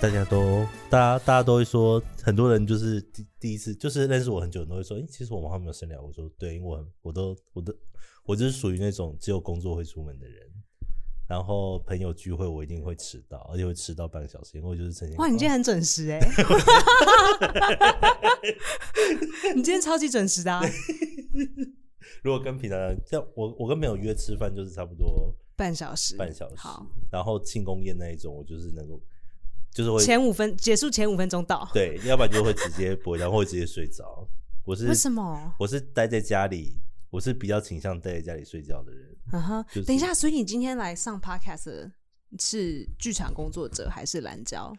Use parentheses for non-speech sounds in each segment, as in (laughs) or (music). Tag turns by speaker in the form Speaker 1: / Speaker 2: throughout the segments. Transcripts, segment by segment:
Speaker 1: 大家都，大家大家都会说，很多人就是第第一次，就是认识我很久，人都会说，哎、其实我们还没有深聊。我说，对，因为我很我都我都我就是属于那种只有工作会出门的人，然后朋友聚会我一定会迟到，而且会迟到半个小时，因为我就是曾经
Speaker 2: 哇，你今天很准时
Speaker 1: (laughs)
Speaker 2: 哎、你今天超级准时的、啊，
Speaker 1: 如果跟平常人，像我我跟朋友约吃饭就是差不多
Speaker 2: 半小时，
Speaker 1: 半小时，
Speaker 2: 好，
Speaker 1: 然后庆功宴那一种，我就是能够就是会
Speaker 2: 前五分结束前五分钟到，
Speaker 1: 对，要不然就会直接不会，然后会直接睡着。我是
Speaker 2: 为什么？
Speaker 1: 我是待在家里，我是比较倾向待在家里睡觉的人。
Speaker 2: 嗯哼
Speaker 1: 就是
Speaker 2: 等一下，所以你今天来上 podcast 是剧场工作者还是蓝胶？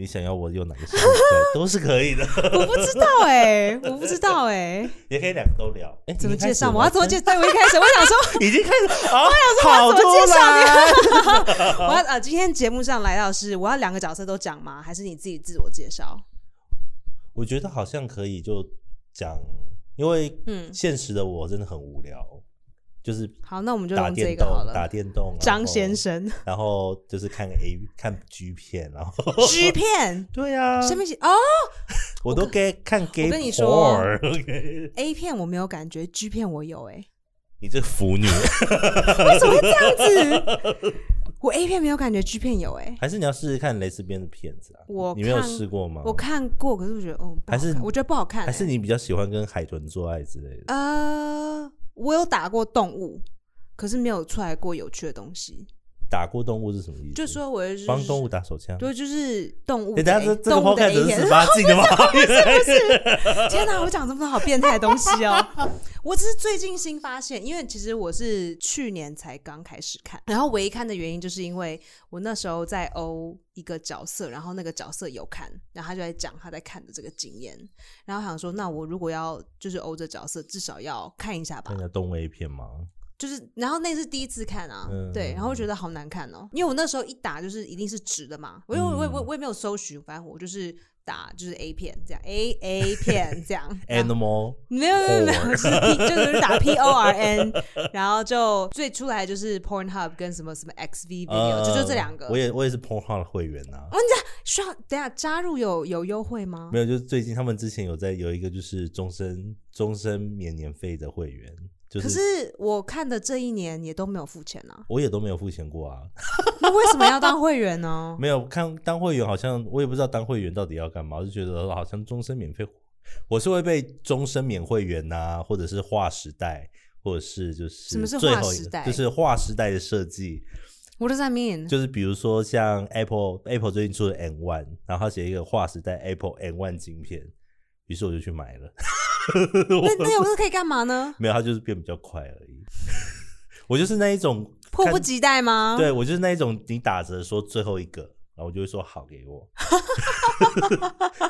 Speaker 1: 你想要我用哪
Speaker 2: (laughs)
Speaker 1: 个身份都是可以的，
Speaker 2: 我不知道哎、我不知道哎、
Speaker 1: 也可以两个都聊。哎、
Speaker 2: 怎么
Speaker 1: 你一开
Speaker 2: 介
Speaker 1: 始
Speaker 2: 绍？
Speaker 1: 吗
Speaker 2: 我要怎么介？对，我一开始我想说， (laughs)
Speaker 1: 已经开始啊！我
Speaker 2: 我要怎么介
Speaker 1: 绍你？
Speaker 2: 我要呃，今天节目上来到是我要两个角色都讲吗？还是你自己自我介绍？
Speaker 1: (laughs) 我觉得好像可以就讲，因为
Speaker 2: 嗯
Speaker 1: 现实的我真的很无聊，就是
Speaker 2: 好，那我们就
Speaker 1: 打
Speaker 2: 用这
Speaker 1: 电
Speaker 2: 个
Speaker 1: 动
Speaker 2: 好、
Speaker 1: 打
Speaker 2: 了。
Speaker 1: 电动。然
Speaker 2: 张
Speaker 1: 后
Speaker 2: 先，生
Speaker 1: 然后就是看 A 看 G 片，然后 (laughs)
Speaker 2: (laughs) G 片
Speaker 1: 对啊，
Speaker 2: 下面写哦
Speaker 1: 我都给看 gay
Speaker 2: 我跟你
Speaker 1: porn，
Speaker 2: 说哦
Speaker 1: OK
Speaker 2: A 片我没有感觉，G 片我有哎、
Speaker 1: (laughs) 你这腐
Speaker 2: (laughs)
Speaker 1: 女，
Speaker 2: 为什么会这样子？我 A 片没有感觉，G 片有哎、
Speaker 1: 还是你要试试看蕾丝边的片子啊？
Speaker 2: 我
Speaker 1: 你没有
Speaker 2: 看
Speaker 1: 试过吗？
Speaker 2: 我看过，可是我觉得哦，不好
Speaker 1: 哦还是
Speaker 2: 看我觉得不好看、欸，欸
Speaker 1: 还是你比较喜欢跟海豚做爱之类的？
Speaker 2: 呃，我有打过动物，可是没有出来过有趣的东西。
Speaker 1: 打过动物是什么意思？
Speaker 2: 就说我就是
Speaker 1: 帮动物，打手枪。
Speaker 2: 对，就是动物
Speaker 1: 诶
Speaker 2: 的 A-
Speaker 1: 等一下这这个
Speaker 2: 动物的
Speaker 1: podcast
Speaker 2: A
Speaker 1: 是
Speaker 2: 片
Speaker 1: 十。八禁
Speaker 2: (laughs)
Speaker 1: 的吗？
Speaker 2: 天哪，我讲这么多好变态的东西哦！我只是最近新发现，因为其实我是去年才刚开始看，然后唯一看的原因就是因为我那时候在欧一个角色，然后那个角色有看，然后他就在讲他在看的这个经验，然后想说，那我如果要就是欧这角色，至少要看一下吧
Speaker 1: 看一，下动物 A 片
Speaker 2: 啊
Speaker 1: 吗？
Speaker 2: 就是，然后那是第一次看啊，
Speaker 1: 嗯
Speaker 2: 对，然后觉得好难看哦，因为我那时候一打就是一定是直的嘛，我因为我我
Speaker 1: 嗯
Speaker 2: 我我也没有搜寻，反正我就是打就是 A 片这样，A A 片这样然后
Speaker 1: Animal
Speaker 2: 没有没有没有，就是 P, 就是打 P O R N，然 (laughs) 后就最出来就是 Pornhub 跟什么什么 X V video，、
Speaker 1: 呃
Speaker 2: 就就这两个。哦
Speaker 1: 我也我也是 Pornhub 的会员啊呐。
Speaker 2: 需要等一下加入有有优惠吗？
Speaker 1: 没有，就是最近他们之前有在有一个就是终身终身免年费的会员，就
Speaker 2: 可
Speaker 1: 是
Speaker 2: 是我看的这一年也都没有付钱啊，
Speaker 1: 我也都没有付钱过啊。
Speaker 2: 那为什么要当会员呢？ (laughs)
Speaker 1: 没有看当会员，好像我也不知道当会员到底要干嘛，我就觉得好像终身免费，我是会被终身免会员呐、或者是划时代，或者是就是
Speaker 2: 什么是
Speaker 1: 最
Speaker 2: 划
Speaker 1: 后一
Speaker 2: 时
Speaker 1: 个
Speaker 2: 代嗯
Speaker 1: 就是划时代的设计，
Speaker 2: What does that mean？
Speaker 1: (laughs) 就是比如说像 Apple Apple 最近出了 N One，然后他写一个划时代 Apple N One 晶片，于是我就去买了， (laughs)
Speaker 2: 那那有这可以干嘛呢？
Speaker 1: 没有，它就是变比较快而已。 (laughs) 我就是那一种
Speaker 2: 迫
Speaker 1: 看
Speaker 2: 不及待吗？
Speaker 1: 对我就是那一种，你打折说最后一个，然后我就会说好给
Speaker 2: (laughs)
Speaker 1: 我。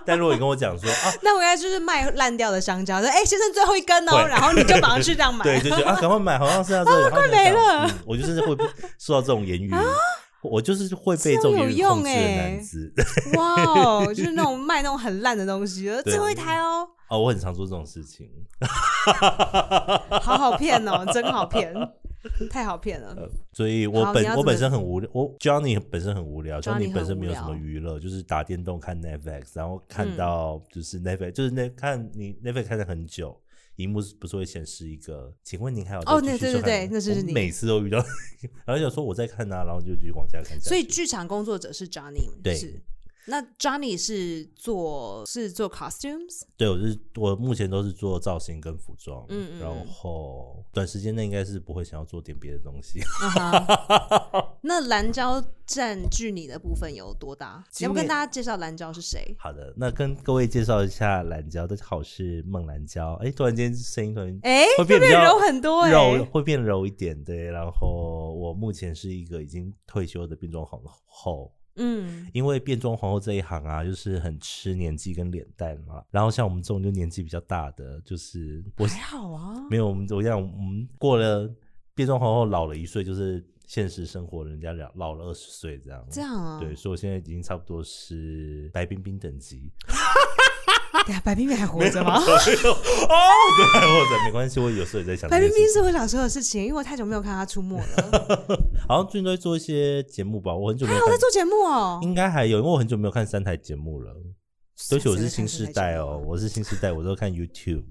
Speaker 1: 但如果你跟我讲说啊，
Speaker 2: 那我应该就是卖烂掉的香蕉，说：“哎、先生，最后一根哦。”
Speaker 1: 会
Speaker 2: 然后你就马上去这样买。(laughs)
Speaker 1: (laughs)
Speaker 2: 啊
Speaker 1: 对，就觉得啊，赶快买，好像是要这个，快
Speaker 2: 没了
Speaker 1: 嗯
Speaker 2: 啊
Speaker 1: 我就是
Speaker 2: (laughs)
Speaker 1: 会被受到这种言语，我就是会被这种言语控制的
Speaker 2: 欸
Speaker 1: 男子。 (laughs)
Speaker 2: 哇哦，就是那种卖那种很烂的东西，呃
Speaker 1: 对
Speaker 2: 最后一台哦，
Speaker 1: 哦，我很常做这种事情。
Speaker 2: 好好骗
Speaker 1: (laughs)
Speaker 2: 哦，真好骗，太好骗
Speaker 1: 呃
Speaker 2: 了。
Speaker 1: 所以我
Speaker 2: 好
Speaker 1: 本
Speaker 2: 你要
Speaker 1: 我
Speaker 2: 怎么
Speaker 1: 本身很无聊，我 Johnny 本身很无聊
Speaker 2: Johnny
Speaker 1: 本身没有
Speaker 2: 很
Speaker 1: 什
Speaker 2: 无聊
Speaker 1: 么娱乐，就是打电动、看 Netflix，然后看
Speaker 2: 嗯
Speaker 1: 到就是 Netflix，、就是那看你 Netflix 看了很久，荧幕不是会显示一个，请问您还有
Speaker 2: 哦
Speaker 1: 在继
Speaker 2: 那对
Speaker 1: 续收看
Speaker 2: 对对
Speaker 1: 吗
Speaker 2: 那就是
Speaker 1: 我
Speaker 2: 你
Speaker 1: 每次都遇到， (laughs) 然后想说我在看啊，然后就继续往下看下去。
Speaker 2: 所以剧场工作者是 Johnny，
Speaker 1: 对
Speaker 2: 是。那 Johnny 是做是做 costumes，
Speaker 1: 对，我是我目前都是做造型跟服装，
Speaker 2: 嗯嗯嗯
Speaker 1: 然后短时间内应该是不会想要做点别的东西。 (laughs)
Speaker 2: 啊哈那蓝胶占据你的部分有多大？你
Speaker 1: 今
Speaker 2: 要不跟
Speaker 1: 年
Speaker 2: 大家介绍蓝胶是谁？
Speaker 1: 好的，那跟各位介绍一下蓝胶，大家好，我是孟蓝胶。哎，突然间声音突然
Speaker 2: 哎、会
Speaker 1: 会变比
Speaker 2: 变
Speaker 1: 较
Speaker 2: 柔很多哎、
Speaker 1: 柔会变柔一点，对。然后我目前是一个已经退休的变装皇后，
Speaker 2: 嗯，
Speaker 1: 因为变装皇后这一行啊，就是很吃年纪跟脸蛋嘛。然后像我们这种就年纪比较大的，就是我 (laughs)
Speaker 2: 还好啊。
Speaker 1: 没有我们我想我们过了变装皇后老了一岁，就是现实生活人家老老了二十岁这样。
Speaker 2: 这样啊？
Speaker 1: 对，所以我现在已经差不多是白冰冰等级，
Speaker 2: 对啊，白冰冰还活着吗？
Speaker 1: 哦对，或者没关系，我有时候也在想
Speaker 2: (laughs)
Speaker 1: 这
Speaker 2: 白
Speaker 1: 件
Speaker 2: 冰
Speaker 1: 事
Speaker 2: 冰
Speaker 1: 情。
Speaker 2: 是我小时候的事情，因为我太久没有看她出没
Speaker 1: (laughs)
Speaker 2: 了。
Speaker 1: 好像最近都在做一些节目吧，我很久没有
Speaker 2: 啊，我在
Speaker 1: 看，
Speaker 2: 做节目哦。
Speaker 1: 应该还有，因为我很久没有看三台节目了。对不起，我是新世代哦，我是新世代，我都看 YouTube。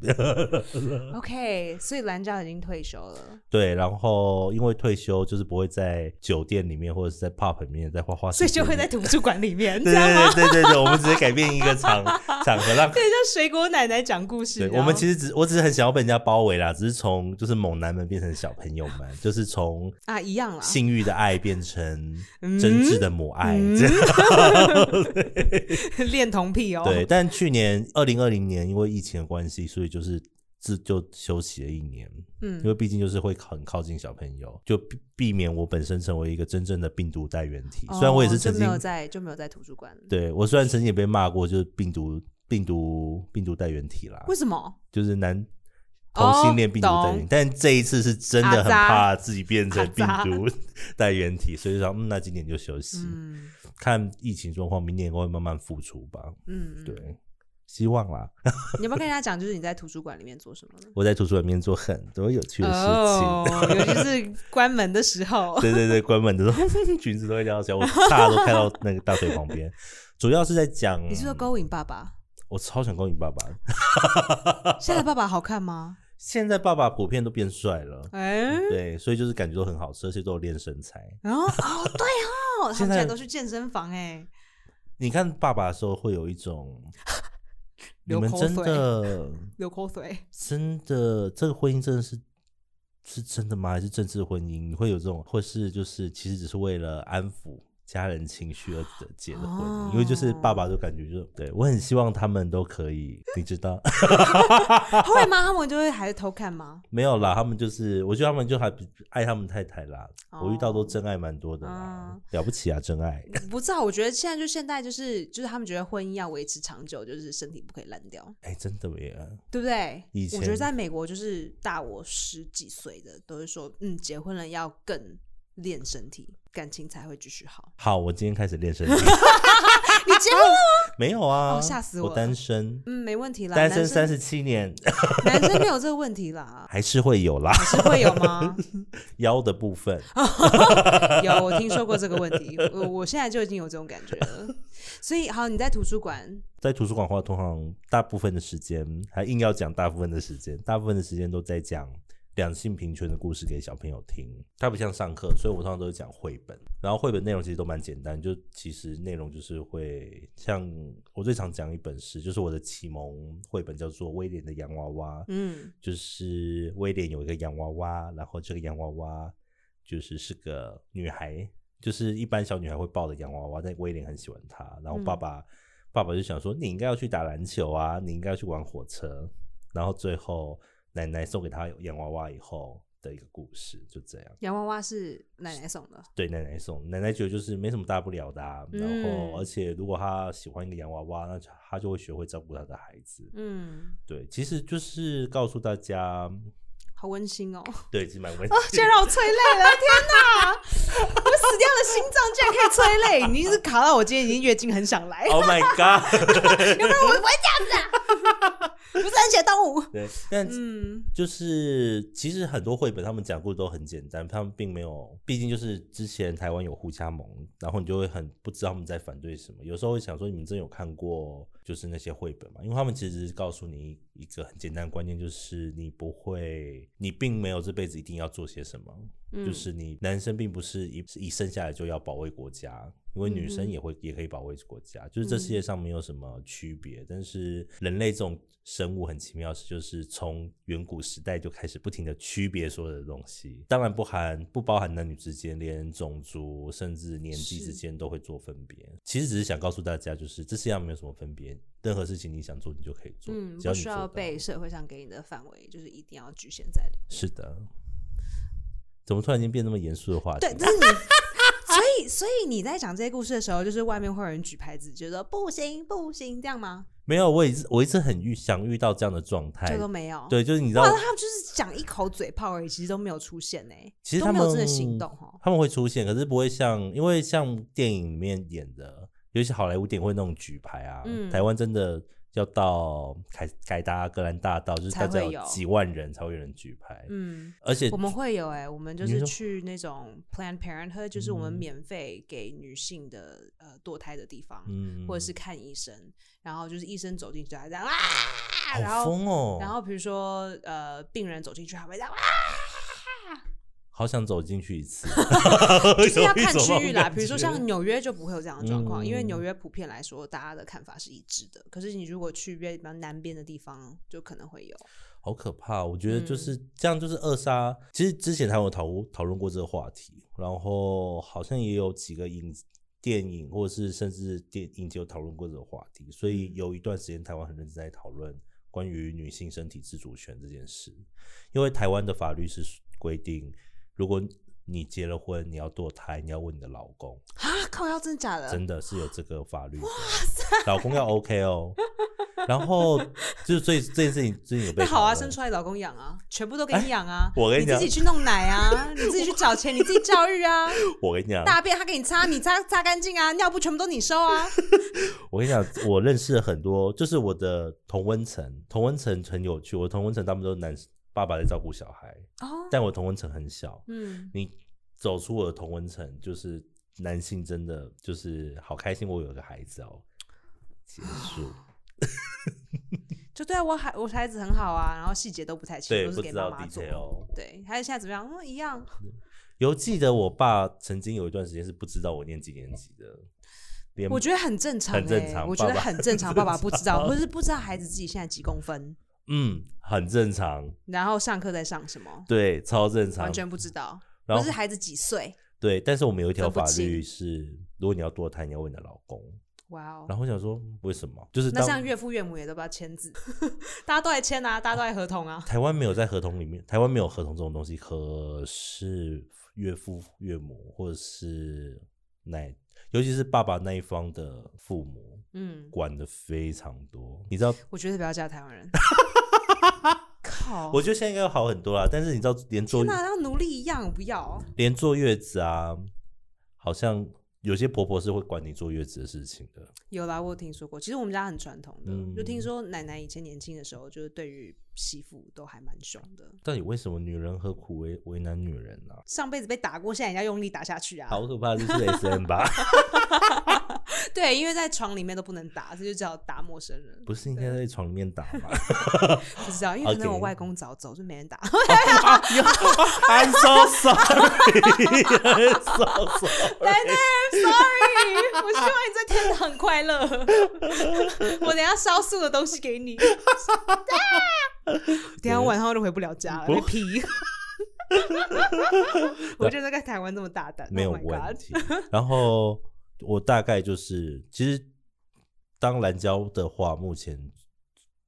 Speaker 1: 嗯
Speaker 2: OK，所以蓝椒已经退休了，
Speaker 1: 对，然后因为退休，就是不会在酒店里面或者是在 pub 里面在花花
Speaker 2: 所
Speaker 1: 世界
Speaker 2: 以
Speaker 1: 里面，
Speaker 2: 就会在图书馆里面， (laughs) 啊这
Speaker 1: 对
Speaker 2: 样吗？
Speaker 1: 对对对对对，我们只是改变一
Speaker 2: (laughs)
Speaker 1: 个场场合让。
Speaker 2: 对，像水果奶奶讲故事
Speaker 1: 对，
Speaker 2: 一样。
Speaker 1: 我们其实只我只是很想要被人家包围啦，只是从就是猛男们变成小朋友们，就是从
Speaker 2: 啊一样啦。
Speaker 1: 性欲的爱变成
Speaker 2: 嗯
Speaker 1: 真挚的母爱，这样
Speaker 2: 恋童癖哦。
Speaker 1: 对。但去年二零二零年因为疫情的关系，所以就是自就休息了一年，
Speaker 2: 嗯
Speaker 1: 因为毕竟就是会很靠近小朋友，就避避免我本身成为一个真正的病毒带源体。虽然我也是
Speaker 2: 哦就
Speaker 1: 曾
Speaker 2: 没
Speaker 1: 经
Speaker 2: 有在就没有在图书馆，
Speaker 1: 对我虽然曾经也被骂过，就是病毒病毒病毒带源体啦，
Speaker 2: 为什么？
Speaker 1: 就是男同
Speaker 2: 哦
Speaker 1: 性恋病毒带源体，
Speaker 2: 懂
Speaker 1: 但这一次是真的很怕自己变成病
Speaker 2: 阿
Speaker 1: 毒带源体，所以就想，嗯，那今年就休息，
Speaker 2: 嗯
Speaker 1: 看疫情状况，明年会慢慢复出吧。
Speaker 2: 嗯，
Speaker 1: 对，希望啦。
Speaker 2: 你要不要跟大家讲，就是你在图书馆里面做什么呢？
Speaker 1: 我在图书馆里面做很多有趣的事情。
Speaker 2: 哦，尤其是关门的时候，
Speaker 1: (laughs) 对对对，关门的时候， (laughs) 裙子都会掉下来，我大家都开到那个大腿旁边。主要是在讲，
Speaker 2: 你是说勾引爸
Speaker 1: (laughs)
Speaker 2: 爸？
Speaker 1: 我超想勾引爸爸。
Speaker 2: 现在爸爸好看吗？
Speaker 1: 现在爸爸普遍都变帅了，
Speaker 2: 哎，
Speaker 1: 对，所以就是感觉都很好吃，而且都有练身材。
Speaker 2: 然后哦，对哦，他
Speaker 1: 现
Speaker 2: 们
Speaker 1: 在
Speaker 2: 现在都去健身房哎，
Speaker 1: 你看爸爸的时候会有一种，你
Speaker 2: (laughs) 流
Speaker 1: 们
Speaker 2: 口
Speaker 1: 真
Speaker 2: 水
Speaker 1: 的
Speaker 2: 流口水。
Speaker 1: 真的这个婚姻真的是是真的吗？还是政治婚姻？你会有这种，或是就是其实只是为了安抚家人情绪而结的婚姻？因为就是爸爸
Speaker 2: 哦
Speaker 1: 就感觉就对我很希望他们都可以，你知道 (laughs)
Speaker 2: 会吗？他们就会还是偷看吗？
Speaker 1: 没有啦？他们就是我觉得他们就还比爱他们太太啦。 (laughs) 我遇到都真爱蛮多的
Speaker 2: 哦
Speaker 1: 啦，
Speaker 2: 嗯
Speaker 1: 了不起啊，真爱。
Speaker 2: 不知道，我觉得现在就现在就是就是他们觉得婚姻要维持长久，就是身体不可以烂掉，
Speaker 1: 哎、真的耶！
Speaker 2: 对不对？
Speaker 1: 以
Speaker 2: 我觉得
Speaker 1: 前
Speaker 2: 在美国就是大我十几岁的都会说，嗯，结婚了要更练身体，感情才会继续
Speaker 1: (laughs)
Speaker 2: 好。
Speaker 1: 好，我今天开始
Speaker 2: (laughs)
Speaker 1: 练身体，
Speaker 2: 你结婚了？
Speaker 1: 没有啊，
Speaker 2: 哦吓死
Speaker 1: 我！
Speaker 2: 我了
Speaker 1: 单身，
Speaker 2: 嗯，没问题啦。
Speaker 1: 单身
Speaker 2: 男
Speaker 1: 三
Speaker 2: 生
Speaker 1: 十七年， (laughs)
Speaker 2: 男生没有这个问题啦，
Speaker 1: 还是会有啦。
Speaker 2: 还是会有吗？
Speaker 1: 腰的部分，
Speaker 2: (laughs) 有，我听说过这个问题，我我现在就已经有这种感觉了。所以好，你在图书馆，
Speaker 1: 在图书馆的话，通常大部分的时间，还硬要讲大部分的时间，大部分的时间都在讲两性平权的故事给小朋友听。它不像上课，所以我通常都是讲绘本。然后绘本内容其实都蛮简单，就其实内容就是会像我最常讲一本诗，就是我的启蒙绘本叫做《威廉的洋娃娃》。
Speaker 2: 嗯，
Speaker 1: 就是威廉有一个洋娃娃，然后这个洋娃娃就是是个女孩，就是一般小女孩会抱的洋娃娃，但威廉很喜欢她。然后爸爸、爸爸就想说，你应该要去打篮球啊，你应该要去玩火车。然后最后奶奶送给他洋娃娃以后的一个故事，就这样。
Speaker 2: 洋娃娃是奶奶送的，
Speaker 1: 对奶奶送，奶奶觉得就是没什么大不了的、啊。然
Speaker 2: 嗯
Speaker 1: 后而且如果她喜欢一个洋娃娃，那她就会学会照顾她的孩子。
Speaker 2: 嗯，
Speaker 1: 对，其实就是告诉大家，
Speaker 2: 好温馨哦。
Speaker 1: 对，其实蛮温馨的。
Speaker 2: 竟然让我催泪了！天哪，我死掉的心脏竟然可以催泪！你一直卡到我今天已经月经很想 (laughs) 来，
Speaker 1: Oh (laughs) my god！
Speaker 2: 不是很写动物。
Speaker 1: 对，但
Speaker 2: 嗯，
Speaker 1: 就是其实很多绘本他们讲故事都很简单，他们并没有，毕竟就是之前台湾有互加盟，然后你就会很不知道他们在反对什么。有时候会想说，你们真有看过就是那些绘本吗？因为他们其实告诉你一个很简单的观念，就是你不会，你并没有这辈子一定要做些什么，
Speaker 2: 嗯
Speaker 1: 就是你男生并不是一一生下来就要保卫国家，因为女
Speaker 2: 嗯
Speaker 1: 生也会、也可以保卫国家，就是这世界上没有什么区别。但是人类这种生物很奇妙，是就是从远古时代就开始不停的区别所有的东西，当然不含不包含男女之间，连种族甚至年纪
Speaker 2: 是
Speaker 1: 之间都会做分别。其实只是想告诉大家，就是这世界上没有什么分别，任何事情你想做你就可以做，
Speaker 2: 嗯，
Speaker 1: 只要
Speaker 2: 不需
Speaker 1: 你做
Speaker 2: 要
Speaker 1: 到
Speaker 2: 被社会上给你的范围，就是一定要局限在里面。
Speaker 1: 是的。怎么突然间变那么严肃的话题？
Speaker 2: (laughs) 对，但是你，所以所以你在讲这些故事的时候，就是外面会有人举牌子，觉得不行不行，这样吗？
Speaker 1: 没有，我一直我一直很遇想遇到这样的状态
Speaker 2: 就，都没有。，
Speaker 1: 哎对，就是你知道
Speaker 2: 哇，，那他们就是讲一口嘴炮而已，其实都没有出现呢、欸
Speaker 1: 其实
Speaker 2: 都
Speaker 1: 他
Speaker 2: 没
Speaker 1: 们
Speaker 2: 有真的行动哦。
Speaker 1: 他们会出现，可是不会像，因为像电影里面演的，尤其好莱坞电影会那种举牌啊，
Speaker 2: 嗯
Speaker 1: 台湾真的。要到凯凯达格兰大道，就是
Speaker 2: 才会
Speaker 1: 大概有
Speaker 2: 有
Speaker 1: 几万人才会有人举牌，
Speaker 2: 嗯，
Speaker 1: 而且
Speaker 2: 我们会有哎、我们就
Speaker 1: 你
Speaker 2: 是
Speaker 1: 说
Speaker 2: 去那种 Planned Parenthood，就是我们
Speaker 1: 嗯
Speaker 2: 免费给女性的呃堕胎的地方，
Speaker 1: 嗯，
Speaker 2: 或者是看医生，然后就是医生走进去，他这样啊，然
Speaker 1: 好
Speaker 2: 后
Speaker 1: 疯哦，
Speaker 2: 然后比如说呃病人走进去，还会这样啊，
Speaker 1: 好想走进去一次，
Speaker 2: (laughs)
Speaker 1: (laughs)
Speaker 2: 就是要看
Speaker 1: 有一种那种
Speaker 2: 区域啦。
Speaker 1: 感
Speaker 2: 比如说
Speaker 1: 觉
Speaker 2: 像纽约就不会有这样的状况，因为
Speaker 1: 嗯
Speaker 2: 纽约普遍来说大家的看法是一致的。可是你如果去比较南边的地方，就可能会有。
Speaker 1: 好可怕！哦我觉得
Speaker 2: 嗯
Speaker 1: 就是、这样，就是扼杀。其实之前还有讨讨论过这个话题，然后好像也有几个影电影或者是甚至电影节有讨论过这个话题，所
Speaker 2: 嗯
Speaker 1: 以有一段时间台湾很认真在讨论关于女性身体自主权这件事，因为台湾的法律是规定，如果你结了婚，你要堕胎，你要问你的老公，
Speaker 2: 啊，靠腰，真的假的？
Speaker 1: 真的是有这个法律的，老公要 OK 哦。然后就是所以这件事情最近有被
Speaker 2: (laughs) 那好啊，
Speaker 1: 讨论
Speaker 2: 生出来老公养啊，全部都给你养啊。
Speaker 1: 我跟你
Speaker 2: 你
Speaker 1: 讲
Speaker 2: 自己去弄奶
Speaker 1: (laughs)
Speaker 2: 啊，你自己去找钱，你自己教育啊。
Speaker 1: 我跟你讲，
Speaker 2: 大便他给你擦，你擦擦干净啊，尿布全部都你收
Speaker 1: (laughs)
Speaker 2: 啊。
Speaker 1: 我跟你讲，我认识了很多，就是我的同温层，同温层很有趣。我同温层他们都是男爸爸在照顾小孩，
Speaker 2: 哦，
Speaker 1: 但我同温层很小。
Speaker 2: 嗯，
Speaker 1: 你走出我的同温层，就是男性真的就是好开心，我有个孩子哦。结束，
Speaker 2: 就对啊，我孩我孩子很好啊，然后细节都不太清，
Speaker 1: 对，
Speaker 2: 都
Speaker 1: 不
Speaker 2: 是给
Speaker 1: 知
Speaker 2: 妈
Speaker 1: 道
Speaker 2: 妈做。
Speaker 1: detail。
Speaker 2: 对，还有现在怎么样？嗯，一样。
Speaker 1: 有记得我爸曾经有一段时间是不知道我念几年级的，连
Speaker 2: 我觉得很正常、欸，
Speaker 1: 很正常
Speaker 2: 我觉得
Speaker 1: 爸爸
Speaker 2: 很正
Speaker 1: (laughs)
Speaker 2: 常。爸爸不知道，不是不知道孩子自己现在几公分，
Speaker 1: 嗯很正常，
Speaker 2: 然后上课在上什么，
Speaker 1: 对，超正常
Speaker 2: 完。全不知道，
Speaker 1: 然
Speaker 2: 不
Speaker 1: 后
Speaker 2: 是孩子几岁。
Speaker 1: 对，但是我们有一条
Speaker 2: 分不
Speaker 1: 法
Speaker 2: 清
Speaker 1: 律是，如果你要堕胎，你要问你的老公。
Speaker 2: 哇哦！
Speaker 1: 然后我想说，嗯为什么？就是
Speaker 2: 那
Speaker 1: 当
Speaker 2: 像岳父岳母也都不要签字， (laughs) 大家都来签啊，大家都来合同啊。
Speaker 1: 台湾没有在合同里面，台湾没有合同这种东西，可是岳父岳母或者是奶，尤其是爸爸那一方的父母，
Speaker 2: 嗯，
Speaker 1: 管的非常多。你知道，
Speaker 2: 我绝对不要嫁台湾人。靠！
Speaker 1: 我觉得现在应该要好很多啦，但是你知道，连坐
Speaker 2: 天哪，像奴隶一样，我不要。
Speaker 1: 连坐月子啊，好像有些婆婆是会管你坐月子的事情的。
Speaker 2: 有啦，我有听说过。其实我们家很传统的，
Speaker 1: 嗯
Speaker 2: 就听说奶奶以前年轻的时候，就是对于媳妇都还蛮凶的。
Speaker 1: 到底为什么女人何苦为为难女人呢、
Speaker 2: 上辈子被打过，现在也要用力打下去啊！
Speaker 1: 好可怕，就是 S M
Speaker 2: (laughs)
Speaker 1: 吧？
Speaker 2: 对，因为在床里面都不能打，这就叫打陌生人。
Speaker 1: 不是应该在床里面打吗？
Speaker 2: 不知道，因为可能我
Speaker 1: OK
Speaker 2: 外公早走，就没人打。
Speaker 1: I'm so sorry. I'm so sorry.
Speaker 2: 奶奶，sorry，我希 (laughs) 望你在天堂快 (laughs) 乐。我等一下烧素的东西给你。啊等一下晚上就回不了家了， (laughs)
Speaker 1: 不
Speaker 2: 被批。我觉得在台湾这么大胆，
Speaker 1: 没有
Speaker 2: oh my
Speaker 1: 问
Speaker 2: God
Speaker 1: 题。然后我大概就是，其实当蓝胶的话，目前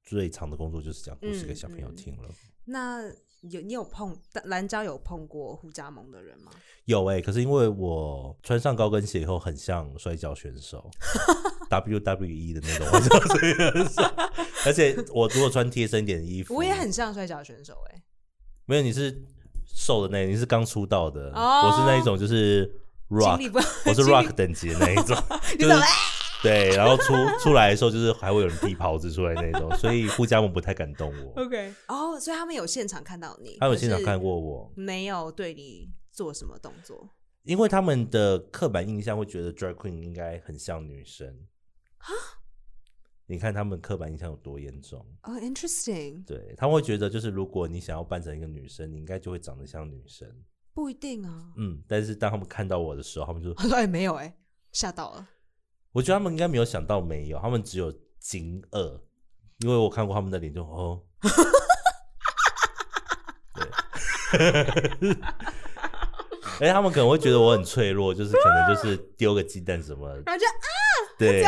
Speaker 1: 最长的工作就是讲故事给小朋友听了。
Speaker 2: 那有你有碰蓝椒有碰过互加盟的人吗？
Speaker 1: 有哎、可是因为我穿上高跟鞋以后，很像摔跤选手，WWE 的那种摔跤选手。而且我如果穿贴身一点的衣服，
Speaker 2: 我也很像摔跤选手哎、
Speaker 1: 没有，你是瘦的那，你是刚出道的，
Speaker 2: 哦
Speaker 1: 我是那一种就是
Speaker 2: 经
Speaker 1: rock，
Speaker 2: 历不，
Speaker 1: 我是
Speaker 2: 经历
Speaker 1: rock 等级的那一
Speaker 2: (laughs)
Speaker 1: 种，
Speaker 2: 你
Speaker 1: 就
Speaker 2: 怎
Speaker 1: 是
Speaker 2: 么
Speaker 1: 对，然后出出来的时候就是还会有人递袍子出来那种，所以互加盟不太敢动
Speaker 2: (laughs)
Speaker 1: 我，
Speaker 2: OK，哦，所以他们有现场看到你，
Speaker 1: 他们现场看
Speaker 2: 过，
Speaker 1: 过我，
Speaker 2: 没有对你做什么动作
Speaker 1: 因为他们的刻板印象会觉得 drag queen 应该很像女生
Speaker 2: 啊
Speaker 1: 你看他们刻板印象有多严重？
Speaker 2: 哦、i n t e r e s t i n g
Speaker 1: 对，他们会觉得就是如果你想要扮成一个女生，你应该就会长得像女生。
Speaker 2: 不一定啊。
Speaker 1: 嗯，但是当他们看到我的时候，他们就
Speaker 2: 他说：“哎、没有哎、吓到了。
Speaker 1: 我觉得他们应该没有想到没有，他们只有惊愕，因为我看过他们的脸就哦，对， (laughs) 哎，他们可能会觉得我很脆弱，就是可能就是丢个鸡蛋什么，”
Speaker 2: 然后就啊
Speaker 1: 对，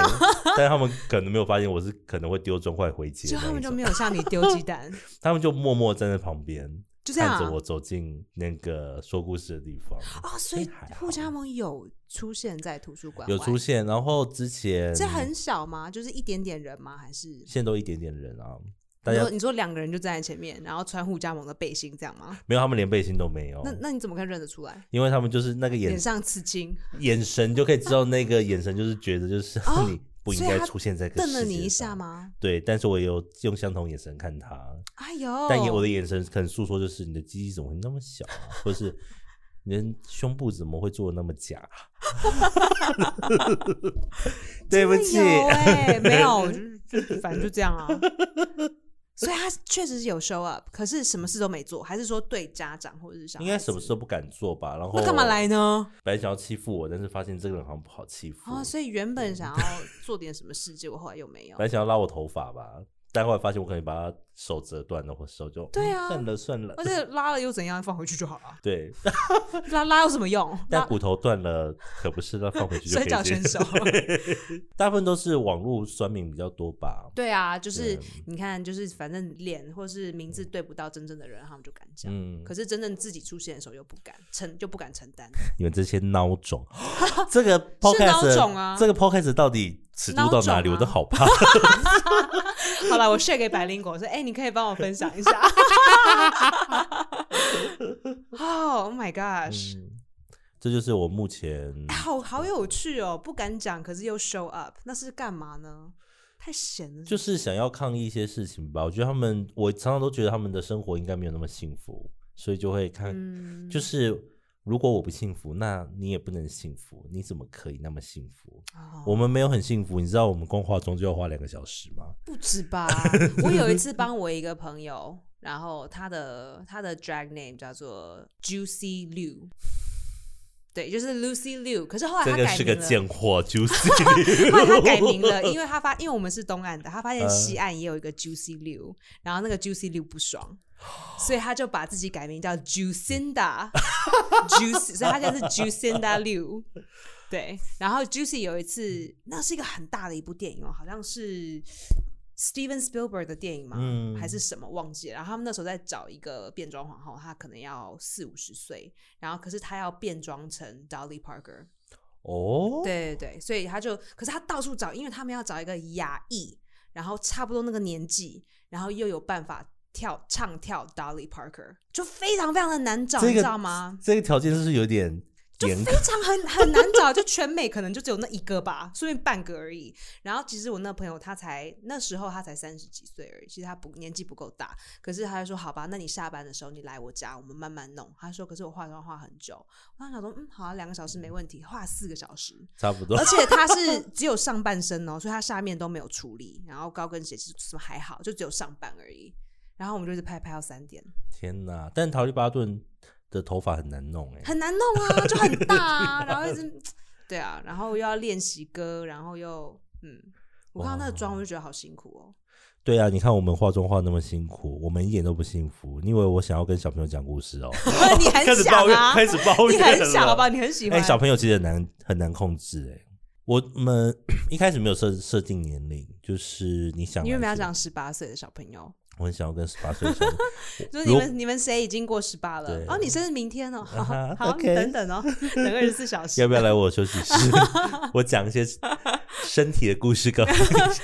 Speaker 1: 但他们可能没有发现我是可能会丢砖块回击
Speaker 2: 就
Speaker 1: 的
Speaker 2: 他
Speaker 1: 那
Speaker 2: 们
Speaker 1: 一
Speaker 2: 就
Speaker 1: 种，
Speaker 2: 没有像你丢鸡
Speaker 1: (laughs)
Speaker 2: 蛋，
Speaker 1: 他们就默默站在旁边。
Speaker 2: 就这样、
Speaker 1: 看
Speaker 2: 啊、
Speaker 1: 着我走进那个说故事的地方，
Speaker 2: 哦。所以
Speaker 1: 所以还好
Speaker 2: 互加盟有出现在图书馆，
Speaker 1: 有出，现。然后之前
Speaker 2: 这很少吗？就是一点点人吗？还是
Speaker 1: 现在都一点点人啊，大
Speaker 2: 你
Speaker 1: 家
Speaker 2: 说你说两个人就站在前面，然后穿互加盟的背心这样吗？
Speaker 1: 没有他们连背心都没有
Speaker 2: 那，那你怎么看认得出来？
Speaker 1: 因哦为他们就是那个眼
Speaker 2: 脸上刺青
Speaker 1: 眼神就可以知道那个眼神，就是觉得就是你不应
Speaker 2: 哦所以
Speaker 1: 该
Speaker 2: 他
Speaker 1: 出现在这个
Speaker 2: 瞪了
Speaker 1: 世
Speaker 2: 你
Speaker 1: 界
Speaker 2: 一下
Speaker 1: 上？
Speaker 2: 吗？
Speaker 1: 对，但是我也有用相同眼神看他，
Speaker 2: 哎呦，
Speaker 1: 但也我的眼神可能诉说就是你的鸡鸡怎么会那么小啊，或者是你的胸部怎么会做的那么假、
Speaker 2: (laughs)
Speaker 1: 对不起
Speaker 2: 真，的
Speaker 1: (laughs)
Speaker 2: 有哎、没有，我就是就反正就这样啊。所以他确实是有 show up，可是什么事都没做，还是说对家长或者是小孩
Speaker 1: 应该
Speaker 2: 子
Speaker 1: 什么哦事都不敢做吧？然后
Speaker 2: 那干嘛？来呢？
Speaker 1: 本来想要欺负我，但是发现这个人好像不好欺负。
Speaker 2: 哦，所以哦原本想要做点什么事，结果后来又
Speaker 1: (laughs)
Speaker 2: 没有
Speaker 1: 本。来想要拉我头发吧，但后来发现我可能把他手折断了，或手就
Speaker 2: 对啊
Speaker 1: 嗯算了算了
Speaker 2: 而。且拉了又怎样，放回去就好了。
Speaker 1: 对，
Speaker 2: 拉拉有什么用？
Speaker 1: (laughs) 但
Speaker 2: 拉
Speaker 1: 骨头断了可不是那放回去就
Speaker 2: (laughs) 摔
Speaker 1: 可以
Speaker 2: 跤
Speaker 1: 接
Speaker 2: 选手。
Speaker 1: (laughs) 大部分都是网络酸民比较多吧。
Speaker 2: 对啊，就是
Speaker 1: 对
Speaker 2: 你看，就是反正脸或是名字对不到真正的人，他们就敢讲。
Speaker 1: 嗯，
Speaker 2: 可是真正自己出现的时候又不敢承，就不敢承担。
Speaker 1: 你们这些孬
Speaker 2: (laughs)
Speaker 1: 种，这个
Speaker 2: 孬
Speaker 1: podcast
Speaker 2: 种啊
Speaker 1: 这个 podcast 到底尺度到哪里？
Speaker 2: 孬种啊
Speaker 1: 我都
Speaker 2: (laughs)
Speaker 1: 好怕。
Speaker 2: 好了，我 share 给白灵果说：“哎、你可以帮我分享一下。 (laughs) 哦” Oh my gosh！、
Speaker 1: 嗯这就是我目前
Speaker 2: 哎好好有趣哦，不敢讲，可是又 show up，那是干嘛呢？太闲了，
Speaker 1: 就是想要抗议一些事情吧。我觉得他们，我常常都觉得他们的生活应该没有那么幸福，所以就会看，
Speaker 2: 嗯，
Speaker 1: 就是如果我不幸福，那你也不能幸福，你怎么可以那么幸福？
Speaker 2: 哦
Speaker 1: 我们没有很幸福，你知道我们光化妆就要花两个小时吗？
Speaker 2: 不止
Speaker 1: (laughs)
Speaker 2: 吧？我有一次帮我一个朋友，然后他的他的 drag name 叫做 Juicy Liu，对，就是 Lucy Liu。可是后来
Speaker 1: 这
Speaker 2: 他
Speaker 1: 个
Speaker 2: 改
Speaker 1: 是
Speaker 2: 名
Speaker 1: 个
Speaker 2: 了，
Speaker 1: 贱货，juicy。
Speaker 2: (laughs) 后来他改名了，因为他发，因为我们是东岸的，他发现西岸也有一个 Juicy Liu，然后那个 Juicy Liu 不爽，所以他就把自己改名叫 Juicinda，Juicy，所以他现在是 Juicinda Liu。对， (laughs) 然后 Juicy 有一次，那是一个很大的一部电影哦，好像是 Steven Spielberg 的电影嘛，
Speaker 1: 嗯
Speaker 2: 还是什么忘记了。然后他们那时候在找一个变装皇后，她可能要四五十岁，然后可是她要变装成 Dolly Parker。
Speaker 1: 哦，
Speaker 2: 对对对，所以他就，可是他到处找，因为他们要找一个亚裔，然后差不多那个年纪，然后又有办法跳唱跳 Dolly Parker，就非常非常的难找，
Speaker 1: 这个
Speaker 2: 你知道吗？
Speaker 1: 这个条件是不是有点严格
Speaker 2: 非常很很难找，就全美可能就只有那一个吧，顺便半个而已。然后其实我那朋友他才那时候他才三十几岁而已，其实他不年纪不够大，可是他就说好吧，那你下班的时候你来我家，我们慢慢弄。他说可是我化妆化很久，我当时想说嗯好、啊，两个小时没问题，化四个小时，
Speaker 1: 差不多 (laughs)
Speaker 2: 而。且他是只有上半身哦，所以他下面都没有处理，然后高跟鞋其实什么还好，就只有上半而已。然后我们就是拍拍到三点，
Speaker 1: 天哪！但桃利巴顿的头发很难弄哎、
Speaker 2: 很难弄啊，就很大啊，然后一直对啊，然后又要练习歌，然后又嗯，我看到那个妆我就觉得好辛苦
Speaker 1: (laughs)
Speaker 2: 哦。
Speaker 1: 对啊，你看我们化妆化那么辛苦，我们一点都不幸福。你以为我想要跟小朋友讲故事
Speaker 2: (laughs)
Speaker 1: 哦？
Speaker 2: 你很
Speaker 1: 开始
Speaker 2: 想
Speaker 1: 抱怨，
Speaker 2: 啊，
Speaker 1: 开始抱
Speaker 2: 你
Speaker 1: 怨，
Speaker 2: 很想啊好吧？？你很喜
Speaker 1: 哎、
Speaker 2: 欢、
Speaker 1: 小朋友其实很难很难控制哎、我们一开始没有设设定年龄，就是你想，
Speaker 2: 你为什么要讲？十八岁的小朋友？
Speaker 1: 我很想要跟十八岁的小朋友 (laughs)
Speaker 2: 就是
Speaker 1: 如
Speaker 2: 你们你们谁已经过十八了
Speaker 1: 对？
Speaker 2: 哦，你生日明天哦，好，
Speaker 1: 啊哈
Speaker 2: 好，你
Speaker 1: OK
Speaker 2: 等等哦，等二十四小时
Speaker 1: (laughs) 要。不要来我休息
Speaker 2: (laughs)
Speaker 1: 室？我讲一些身体的故事告诉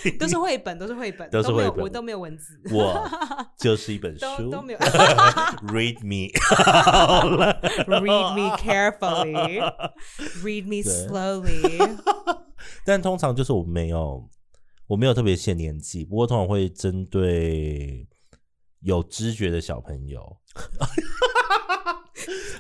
Speaker 1: 你
Speaker 2: 都是绘本，都是绘本，
Speaker 1: 都是
Speaker 2: 没有
Speaker 1: 绘本
Speaker 2: 我都没有文字，
Speaker 1: 我就是一本
Speaker 2: 都
Speaker 1: 书
Speaker 2: 都没有。
Speaker 1: ，Read me。 (laughs)
Speaker 2: Read me carefully, read me
Speaker 1: 对
Speaker 2: slowly。
Speaker 1: 但通常就是我没有，我没有特别限年纪，不过通常会针对有知觉的小朋友。 (laughs)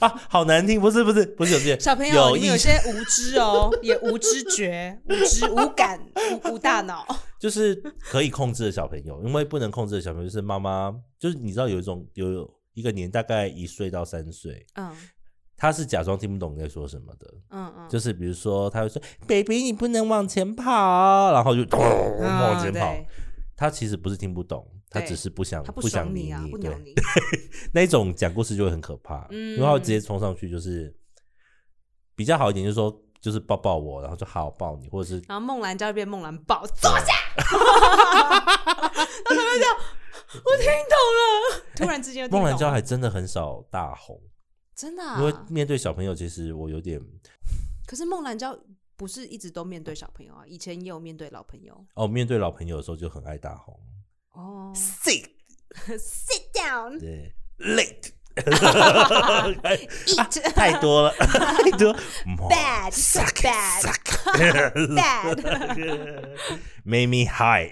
Speaker 1: 啊，好难听，不是不是不是有知觉，
Speaker 2: 小朋友，
Speaker 1: 有
Speaker 2: 你
Speaker 1: 意
Speaker 2: 们有
Speaker 1: 识
Speaker 2: 些无知哦，
Speaker 1: (laughs)
Speaker 2: 也无知觉、无知、无感、无无大脑。
Speaker 1: 就是可以控制的小朋友，因为不能控制的小朋友就是妈妈，就是你知道有一种有一个年大概一岁到三岁，
Speaker 2: 嗯
Speaker 1: 他是假装听不懂你在说什么的，
Speaker 2: 嗯嗯，
Speaker 1: 就是比如说他会说 “baby，你不能往前跑”，然后就往前跑，
Speaker 2: 嗯对，
Speaker 1: 他其实不是听不懂，他
Speaker 2: 啊对
Speaker 1: 只是不想
Speaker 2: 他不
Speaker 1: 想
Speaker 2: 爽
Speaker 1: 理
Speaker 2: 你啊，不
Speaker 1: 对
Speaker 2: 鸟，你。
Speaker 1: 那一种讲故事就会很可怕，
Speaker 2: 嗯
Speaker 1: 因为他会直接冲上去，就是比较好一点，就是说就是抱抱我，然后就好抱你，或者是
Speaker 2: 然后梦兰就要变梦兰宝，坐下。然后他们讲，我听懂了。突然之间就听
Speaker 1: 梦兰
Speaker 2: 懂
Speaker 1: 娇
Speaker 2: 了，
Speaker 1: 还真的很少大吼，
Speaker 2: 真的
Speaker 1: 因为
Speaker 2: 啊。
Speaker 1: 面对小朋友，其实我有点
Speaker 2: 可是梦兰娇不是一直都面对小朋友啊，以前也有面对老朋友
Speaker 1: 哦，面对老朋友的时候就很爱大吼
Speaker 2: 哦。
Speaker 1: ，sick，
Speaker 2: Sit down，
Speaker 1: 对，late，
Speaker 2: Eat
Speaker 1: (laughs) 太多了，太多。
Speaker 2: (laughs) bad, so bad,
Speaker 1: (laughs)
Speaker 2: bad。
Speaker 1: Make me high，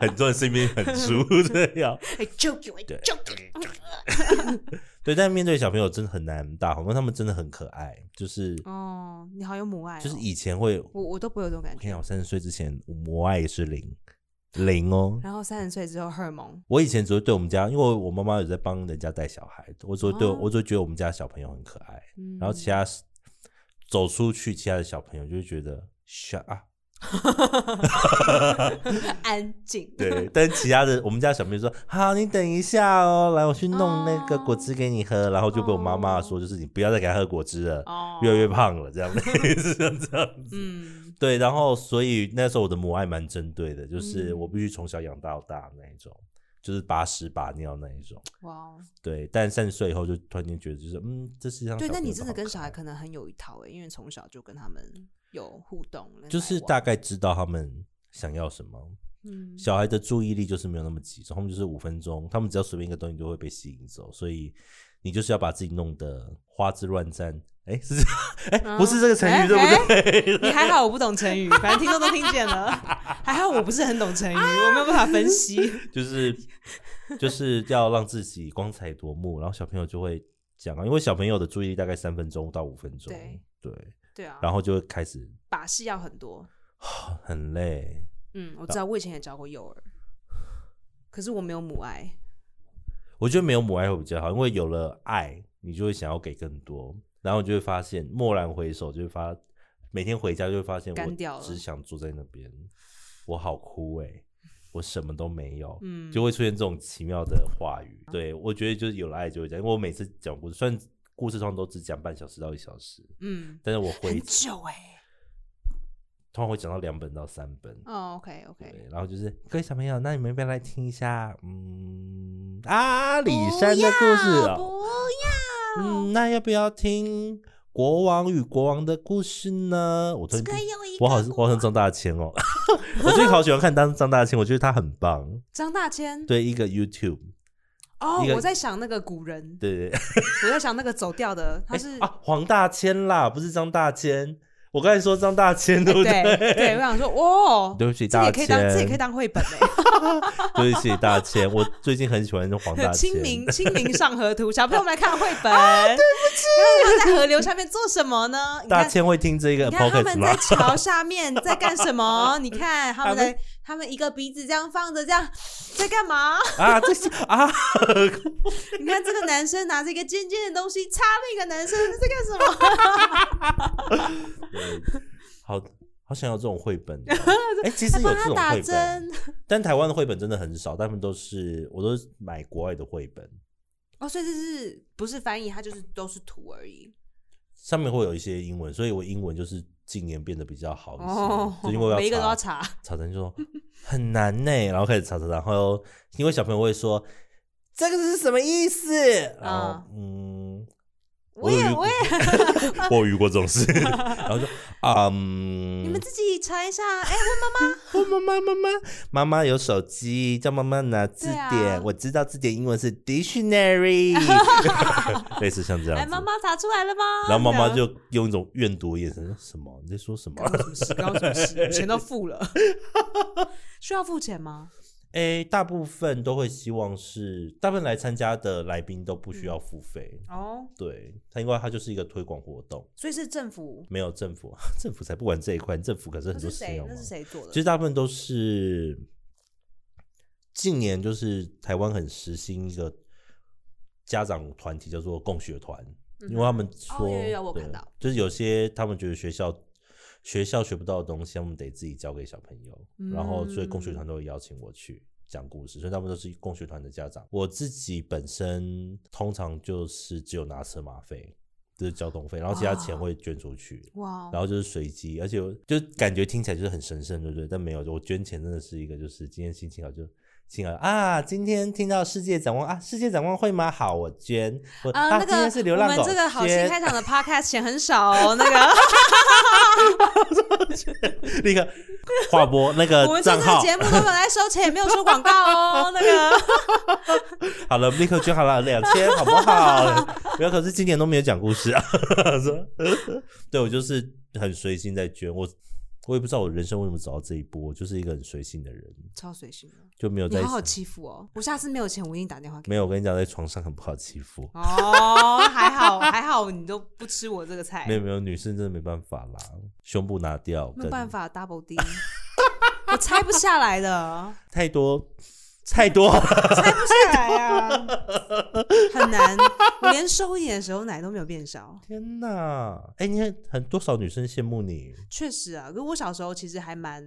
Speaker 1: 很多人身边很熟这样。
Speaker 2: I 哎 joke you, I joke you。
Speaker 1: 对，但面对小朋友真的很难大吼，因为他们真的很可爱，就是
Speaker 2: 哦，你好有母爱哦，
Speaker 1: 嗯就是以前会，我
Speaker 2: 我我都不会有这种感
Speaker 1: 跟你讲，
Speaker 2: 觉。
Speaker 1: 我三十岁之前母爱也是零零哦。
Speaker 2: 然后三十岁之后荷尔蒙，
Speaker 1: 我以前只会对我们家，因为我妈妈有在帮人家带小孩，我只会对我、
Speaker 2: 哦
Speaker 1: 我只会觉得我们家小朋友很可爱，
Speaker 2: 嗯
Speaker 1: 然后其他走出去，其他的小朋友就会觉得 shut up。
Speaker 2: 安静。
Speaker 1: 对，但其他的我们家小朋友说：“好，你等一下哦，来，我去弄那
Speaker 2: 哦
Speaker 1: 个果汁给你喝。然后就被我妈妈说：“就是你不要再给他喝果汁了，
Speaker 2: 哦，
Speaker 1: 越来越胖了。”这样类似像这样子。 (laughs)
Speaker 2: 嗯，
Speaker 1: 对，然后所以那时候我的母爱蛮针对的，就是
Speaker 2: 嗯
Speaker 1: 我必须从小养到大那一种，就是把屎把尿那一种。
Speaker 2: 哇哦，
Speaker 1: 对，但三十岁以后就突然间觉得，就是嗯，这世界上
Speaker 2: 对，
Speaker 1: 小
Speaker 2: 那
Speaker 1: 朋
Speaker 2: 你
Speaker 1: 友
Speaker 2: 真
Speaker 1: 都
Speaker 2: 的
Speaker 1: 好
Speaker 2: 跟
Speaker 1: 可
Speaker 2: 小孩
Speaker 1: 爱
Speaker 2: 可能很有一套欸诶，因为从小就跟他们有互动，
Speaker 1: 就是
Speaker 2: 来往
Speaker 1: 大概知道他们想要什么。
Speaker 2: 嗯
Speaker 1: (laughs) 小孩的注意力就是没有那么集中，他们就是五分钟，他们只要随便一个东西就会被吸引走，所以你就是要把自己弄得花枝乱颤。哎、是这，哎、不是这个成
Speaker 2: 嗯
Speaker 1: 语、对不对？
Speaker 2: 你还好，我不懂成语，反正听众都听见了。还好我不是很懂成语，我没有办法分
Speaker 1: (laughs)
Speaker 2: 析。
Speaker 1: (laughs) 就是就是要让自己光彩夺目，然后小朋友就会讲啊，因为小朋友的注意力大概三分钟到五分钟，
Speaker 2: 对
Speaker 1: 对，
Speaker 2: 对啊，
Speaker 1: 然后就会开始 (sighs)
Speaker 2: 把戏要很多。
Speaker 1: 很累，
Speaker 2: 嗯，我知道，我以前也教过幼儿，可是我没有母爱。
Speaker 1: 我觉得没有母爱会比较好，因为有了爱，你就会想要给更多，然后你就会发现，蓦然回首，就会发每天回家就会发现，
Speaker 2: 干掉
Speaker 1: 我
Speaker 2: 了
Speaker 1: 只想坐在那边，我好枯萎，我什么都没有，
Speaker 2: 嗯，
Speaker 1: 就会出现这种奇妙的话语。对我觉得就是有了爱就会这样，因为我每次讲故事，虽然故事通常都只讲半小时到一小时，
Speaker 2: 嗯，
Speaker 1: 但是我
Speaker 2: 很
Speaker 1: 回
Speaker 2: 久哎、
Speaker 1: 通常会讲到两本到三本。
Speaker 2: 哦，OK OK，
Speaker 1: 对，然后就是各位小朋友，那你们要不要来听一下？嗯，阿里
Speaker 2: 不
Speaker 1: 山的故事
Speaker 2: 要
Speaker 1: 哦。
Speaker 2: 不要，
Speaker 1: 嗯，那要不要听《国王与国王的故事》呢？我最
Speaker 2: 这个有一个
Speaker 1: 我好我好像张大
Speaker 2: (laughs)
Speaker 1: 千哦，我最近好喜欢看当张大千，我觉得他很棒。
Speaker 2: 张大千。
Speaker 1: 对，一个 YouTube，
Speaker 2: 哦
Speaker 1: 一个，
Speaker 2: 我在想那个古人，
Speaker 1: 对对对，
Speaker 2: 我在想那个走掉的，他是、
Speaker 1: (laughs) 啊，黄大千啦，不是张大千。我刚才说张大千，对不
Speaker 2: 哎对
Speaker 1: 对？
Speaker 2: 对，我想说，哦，
Speaker 1: (laughs) 对不起，
Speaker 2: 这个
Speaker 1: 大
Speaker 2: 也可以当，这也可以
Speaker 1: 千。
Speaker 2: 当绘本哎、 (laughs)
Speaker 1: 对不起，大千。我最近很喜欢黄大千啊
Speaker 2: 清。
Speaker 1: (laughs)
Speaker 2: 明清明上河图，小朋友们来看绘本。对不起，他们在河
Speaker 1: (laughs)
Speaker 2: 流下面做什么呢？你
Speaker 1: 大
Speaker 2: 看，
Speaker 1: 千会听这个
Speaker 2: 你看他们
Speaker 1: podcast
Speaker 2: 在
Speaker 1: 吗？
Speaker 2: 桥下面在干什么？你看他们
Speaker 1: 他
Speaker 2: 在，他们一个鼻子这样放着，这
Speaker 1: (laughs)
Speaker 2: 样在干嘛？
Speaker 1: 啊，这是啊， (laughs)
Speaker 2: 你看这个男生拿着一个尖尖的东西插那个男生在干什
Speaker 1: (laughs)
Speaker 2: 么？
Speaker 1: 对好好想要这种绘本哦。
Speaker 2: (laughs)
Speaker 1: 哎，其实有
Speaker 2: 帮
Speaker 1: 这
Speaker 2: 他
Speaker 1: 种
Speaker 2: 打
Speaker 1: 绘本
Speaker 2: 针。
Speaker 1: 但台湾的绘本真的很少，大部分都是我都是买国外的绘本，
Speaker 2: 哦，所以这是不是翻译？它就是都是图而已。
Speaker 1: 上面会有一些英文，所以我英文就是近年变得比较好一些，就因为我
Speaker 2: 哦每一个都
Speaker 1: 要
Speaker 2: 要
Speaker 1: 查
Speaker 2: 查。
Speaker 1: 查成就说很难呢、然后开始查查，然后因为小朋友会说这个是什么意思，然后、
Speaker 2: 啊
Speaker 1: 嗯。
Speaker 2: (laughs) 我也
Speaker 1: 有遇嗯
Speaker 2: 我也，
Speaker 1: 我有遇过这种事， (laughs) 然后说，嗯，
Speaker 2: 你们自己查一下。哎，
Speaker 1: 我妈妈妈妈妈妈有手机，叫妈妈拿字典。
Speaker 2: 对啊
Speaker 1: 我知道字典英文
Speaker 2: (laughs)
Speaker 1: 是 dictionary，类似像这样
Speaker 2: 哎，
Speaker 1: 子。
Speaker 2: 妈妈查出啊来了吗？
Speaker 1: 然后妈
Speaker 2: (laughs)
Speaker 1: 妈 (laughs)
Speaker 2: 这样
Speaker 1: 就用一种怨毒的眼神说：“什么？你在说什么
Speaker 2: 干我什么事？干我什么事？钱都付了， (laughs) 需要付钱吗？？”
Speaker 1: 哎、大部分都会希望是，大部分来参加的来宾都不需
Speaker 2: 嗯
Speaker 1: 要付费。
Speaker 2: 哦，
Speaker 1: 对，它因为它就是一个推广活动，
Speaker 2: 所以是政府，
Speaker 1: 没有政府， (laughs) 政府才不管这一块，政府可是
Speaker 2: 那
Speaker 1: 很多
Speaker 2: 是
Speaker 1: 私
Speaker 2: 谁
Speaker 1: 有？
Speaker 2: 那是
Speaker 1: 嘛
Speaker 2: 谁做
Speaker 1: 其
Speaker 2: 的？
Speaker 1: 实大部分都是近年就是台湾很实行一个家长团体叫做共学团，因为他们
Speaker 2: 嗯
Speaker 1: 说、
Speaker 2: 哦有有有我
Speaker 1: 对
Speaker 2: 看到
Speaker 1: 就是有些他们觉得学校学校学不到的东西，他们得自己教给小朋友，然后所以共学
Speaker 2: 嗯
Speaker 1: 团都会邀请我去。讲故事，所以他们都是共学团的家长。我自己本身通常就是只有拿车马费，就是交通费，然后其他钱
Speaker 2: 啊
Speaker 1: 会捐出去。
Speaker 2: 哇哦
Speaker 1: 然，后就是随机，而且我就感觉听起来就是很神圣，对不对？但没有，我捐钱真的是一个，就是今天心情好就心情好啊，今天听到世界展望啊，世界展望会吗？好，我捐。我
Speaker 2: 啊，那
Speaker 1: 今天是
Speaker 2: 个
Speaker 1: 流
Speaker 2: 我
Speaker 1: 浪
Speaker 2: 们
Speaker 1: 狗，
Speaker 2: 这个好心
Speaker 1: 捐
Speaker 2: 开场的 podcast 钱很少哦，那个
Speaker 1: 那个划拨那
Speaker 2: (laughs) 我
Speaker 1: 个
Speaker 2: 们做
Speaker 1: 账
Speaker 2: 这个
Speaker 1: 号， (laughs)
Speaker 2: 节目根本来收钱，也没有收广告哦，那个
Speaker 1: 好了，立刻捐好了两千，好不好？ (laughs) 没有，可是今年都没有讲故事啊。 (laughs) 说对我就是很随性在捐，我我也不知道我人生为什么走到这一步，我就是一个很随性的人，
Speaker 2: 超随性的。
Speaker 1: 就没有
Speaker 2: 你
Speaker 1: 在
Speaker 2: 好好欺负哦！我下次没有钱，我一定打电话给你。
Speaker 1: 没有。我跟你讲，在床上很不好欺负。
Speaker 2: 哦，还好还好，你都不吃我这个菜，
Speaker 1: 没有没有，女生真的没办法啦，胸部拿掉，
Speaker 2: 没有
Speaker 1: 跟
Speaker 2: 办法，double D，我拆不下来的，
Speaker 1: 太多太多， (laughs)
Speaker 2: 拆不下来啊，很难。我连瘦一点的时候奶都没有变少，
Speaker 1: 天哪！哎、你看很多少女生羡慕你，
Speaker 2: 确实啊。可是我小时候其实还蛮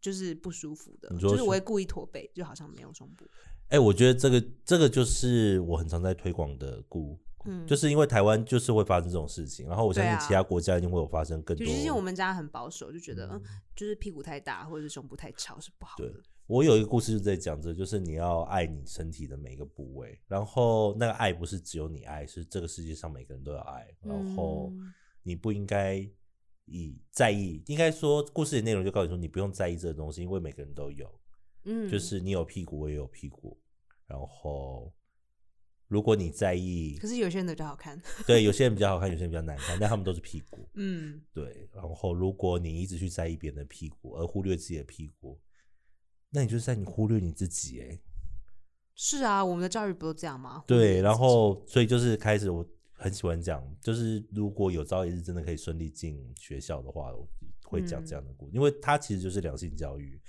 Speaker 2: 就是不舒服的，
Speaker 1: 你说
Speaker 2: 就是我会
Speaker 1: 是
Speaker 2: 故意驼背，就好像没有胸部。
Speaker 1: 哎、我觉得这个这个就是我很常在推广的故，
Speaker 2: 嗯，
Speaker 1: 就是因为台湾就是会发生这种事情，然后我相
Speaker 2: 对
Speaker 1: 信
Speaker 2: 啊
Speaker 1: 其他国家一定会有发生更
Speaker 2: 尤
Speaker 1: 多。
Speaker 2: 其是我们家很保守，就觉得嗯，就是屁股太大或者是胸部太翘是不好的
Speaker 1: 对。我有一个故事就在讲这，就是你要爱你身体的每一个部位，然后那个爱不是只有你爱，是这个世界上每个人都要爱，然后
Speaker 2: 嗯
Speaker 1: 你不应该以在意，应该说故事的内容就告诉你说，你不用在意这个东西，因为每个人都有。
Speaker 2: 嗯，
Speaker 1: 就是你有屁股，我也有屁股。然后，如果你在意
Speaker 2: 可，是有些人的比较好看， (laughs)
Speaker 1: 对有些人比较好看，有些人比较难看，但他们都是屁股。
Speaker 2: 嗯，
Speaker 1: 对，然后如果你一直去在意别人的屁股，而忽略自己的屁股，那你就是在你忽略你自己哎、
Speaker 2: 是啊，我们的教育不都这样吗？
Speaker 1: 对，然后所以就是开始我很喜欢讲，就是如果有朝一日真的可以顺利进学校的话，我会讲这样
Speaker 2: 嗯
Speaker 1: 的故事，因为它其实就是良性教育。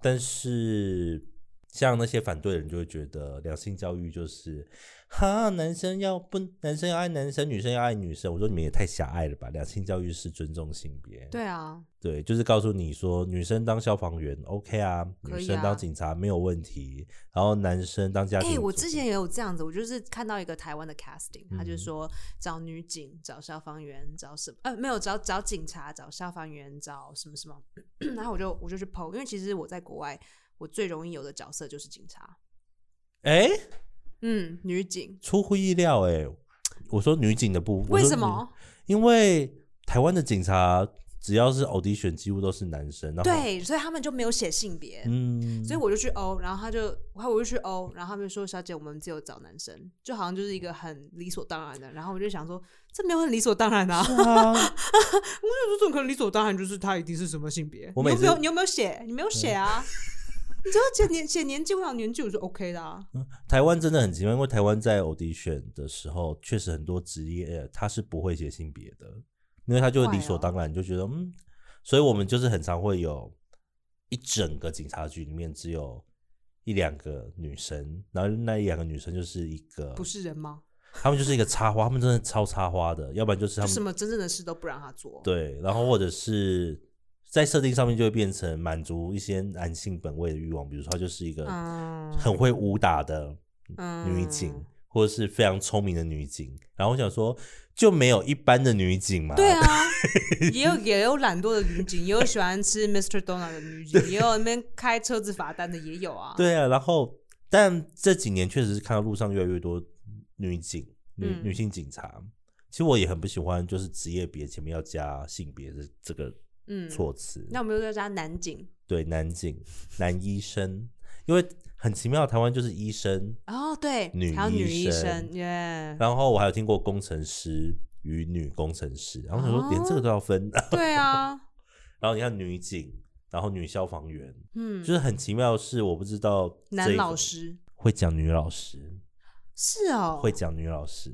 Speaker 1: 但是像那些反对的人就会觉得良性教育就是哈，男生要不男生要爱男生，女生要爱女生。我说你们也太狭隘了吧！良性教育是尊重性别，
Speaker 2: 对啊，
Speaker 1: 对，就是告诉你说，女生当消防员 OK 啊，
Speaker 2: 可
Speaker 1: 女
Speaker 2: 以
Speaker 1: 生
Speaker 2: 啊
Speaker 1: 当警察没有问题，然后男生当家
Speaker 2: 哎、
Speaker 1: 庭。
Speaker 2: 我之前也有这样子，我就是看到一个台湾的 casting，他
Speaker 1: 嗯
Speaker 2: 就说找女警、找消防员、找什么，呃，没有找找警察、找消防员、找什么什么， (clears throat) 然后我就我就去 PO，因为其实我在国外，我最容易有的角色就是警察，
Speaker 1: 哎、
Speaker 2: 嗯，女警，
Speaker 1: 出乎意料哎、我说女警的部，我
Speaker 2: 为
Speaker 1: 说
Speaker 2: 什
Speaker 1: 女？
Speaker 2: 么？
Speaker 1: 因为台湾的警察只要是 audition 几乎都是男生，然后，
Speaker 2: 对，所以他们就没有写性别，
Speaker 1: 嗯，
Speaker 2: 所以我就去欧，然后他就，然后我就去欧，然后他们就说：“小姐，我们只有找男生，就好像就是一个很理所当然的。”然后我就想说，这没有很理所当然啊，
Speaker 1: 是啊，
Speaker 2: (laughs) 这种可能理所当然就是他一定是什么性别。
Speaker 1: 我
Speaker 2: 你
Speaker 1: 每
Speaker 2: 有
Speaker 1: 次嗯
Speaker 2: 没有你有没有写？你没有写啊？ (laughs) 你只要写年写年纪，我想年纪我就 OK 的啊。
Speaker 1: 台湾真的很奇妙，因为台湾在 audition 的时候，确实很多职业呃他是不会写性别的，因为他就会理所当然，就觉得嗯，所以我们就是很常会有一整个警察局里面只有一两个女生，然后那一两个女生就是一个
Speaker 2: 不是人吗？
Speaker 1: 他们就是一个插花，他们真的超插花的，要不然就是他
Speaker 2: 就
Speaker 1: 们
Speaker 2: 什么真正的事都不让他做。
Speaker 1: 对，然后或者是在设定上面就会变成满足一些男性本位的欲望，比如说她就是一个
Speaker 2: 嗯，
Speaker 1: 很会武打的
Speaker 2: 嗯
Speaker 1: 女警，或者是非常聪明的女警。然后我想说，就没有一般的女警嘛？
Speaker 2: 对，
Speaker 1: (laughs)
Speaker 2: 啊，也有也有懒惰的女警，也有喜欢吃 Mr. Donut 的女警，也有那边开车子罚单的也有啊。
Speaker 1: 对啊。然后，但这几年确实是看到路上越来越多女警、女、
Speaker 2: 嗯
Speaker 1: 女性警察。其实我也很不喜欢，就是职业别前面要加性别的这个
Speaker 2: 嗯，
Speaker 1: 措辞。
Speaker 2: 那我们又在加男警
Speaker 1: 对，男警、男医生，因为很奇妙，台湾就是医生，
Speaker 2: 哦，对，
Speaker 1: 女
Speaker 2: 还有女
Speaker 1: 医
Speaker 2: 医
Speaker 1: 生
Speaker 2: 生耶，
Speaker 1: (laughs) 然后我还有听过工程师与女工程师，然后想说连这个都要分，
Speaker 2: 对啊，
Speaker 1: (laughs) 然后你看女警，然后女消防员，
Speaker 2: 嗯
Speaker 1: 就，是很奇妙的是，我不知道这
Speaker 2: 男
Speaker 1: 一
Speaker 2: 老
Speaker 1: 个
Speaker 2: 师
Speaker 1: 会讲女老师，
Speaker 2: 是哦，
Speaker 1: 会讲女老师，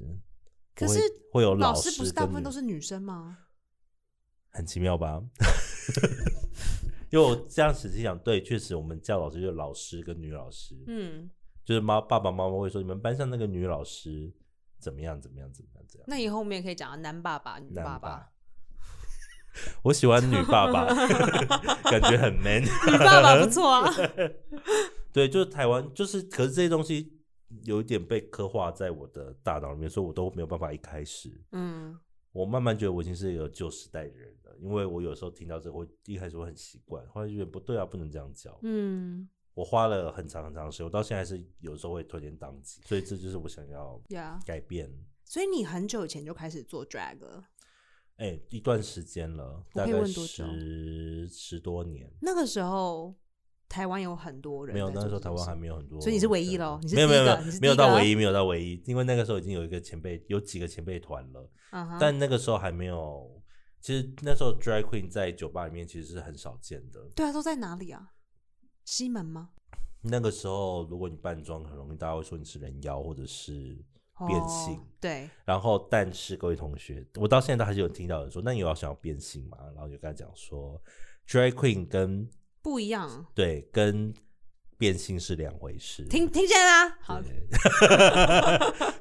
Speaker 2: 可
Speaker 1: 我会
Speaker 2: 是
Speaker 1: 会有
Speaker 2: 老
Speaker 1: 师
Speaker 2: 师不是大
Speaker 1: 跟
Speaker 2: 部分
Speaker 1: 女
Speaker 2: 都是女生吗？
Speaker 1: 很奇妙吧？ (laughs) 因为我这样仔细想，对，确实我们叫老师就是老师跟女老师，
Speaker 2: 嗯，
Speaker 1: 就是妈爸爸妈妈会说你们班上那个女老师怎么样怎么样怎么样怎么样。
Speaker 2: 那以后我们也可以讲啊男爸爸、女
Speaker 1: 男
Speaker 2: 爸
Speaker 1: 爸
Speaker 2: 爸。
Speaker 1: 我喜欢女
Speaker 2: (laughs)
Speaker 1: 爸爸，感觉很 man。
Speaker 2: 女爸爸不错
Speaker 1: (laughs)
Speaker 2: 啊，
Speaker 1: 对，就是台湾，就是可是这些东西有一点被刻画在我的大脑里面，所以我都没有办法一开始。
Speaker 2: 嗯，
Speaker 1: 我慢慢觉得我已经是一个旧时代的人了，因为我有时候听到这个，我一开始会很习惯，后来就觉得不对啊，不能这样教。
Speaker 2: 嗯，
Speaker 1: 我花了很长很长的时间，我到现在还是有时候会推荐当机，所以这就是我想要
Speaker 2: 呀、yeah.，
Speaker 1: 改变。
Speaker 2: 所以你很久以前就开始做 drag 了，
Speaker 1: 哎、一段时间了，
Speaker 2: 我
Speaker 1: 大
Speaker 2: 可以
Speaker 1: 概
Speaker 2: 问多久
Speaker 1: 十十多年，
Speaker 2: 那个时候台湾有很多人
Speaker 1: 没有，
Speaker 2: 在
Speaker 1: 那
Speaker 2: 做
Speaker 1: 时候
Speaker 2: 这
Speaker 1: 台
Speaker 2: 件
Speaker 1: 湾
Speaker 2: 事
Speaker 1: 还没有很多，
Speaker 2: 所以你是唯一喽你是
Speaker 1: 没有没有
Speaker 2: 第一
Speaker 1: 没
Speaker 2: 个
Speaker 1: 有
Speaker 2: 你是
Speaker 1: 没有
Speaker 2: 第一个
Speaker 1: 到
Speaker 2: 啊
Speaker 1: 唯一，没有到唯一，因为那个时候已经有一个前辈有几个前辈团了，
Speaker 2: 嗯哼
Speaker 1: 但那个时候还没有。其实那时候 drag queen 在酒吧里面其实是很少见的。
Speaker 2: 对啊，都在哪里啊？西门吗？
Speaker 1: 那个时候如果你扮装，很容易大家会说你是人妖或者是
Speaker 2: 哦
Speaker 1: 变性。
Speaker 2: 对，
Speaker 1: 然后，但是各位同学，我到现在都还是有听到有人说，那你有要想要变性吗？然后就跟他讲说，drag queen 跟
Speaker 2: 不一样。
Speaker 1: 对跟变性是两回事。
Speaker 2: 听听见啦、好，
Speaker 1: (laughs)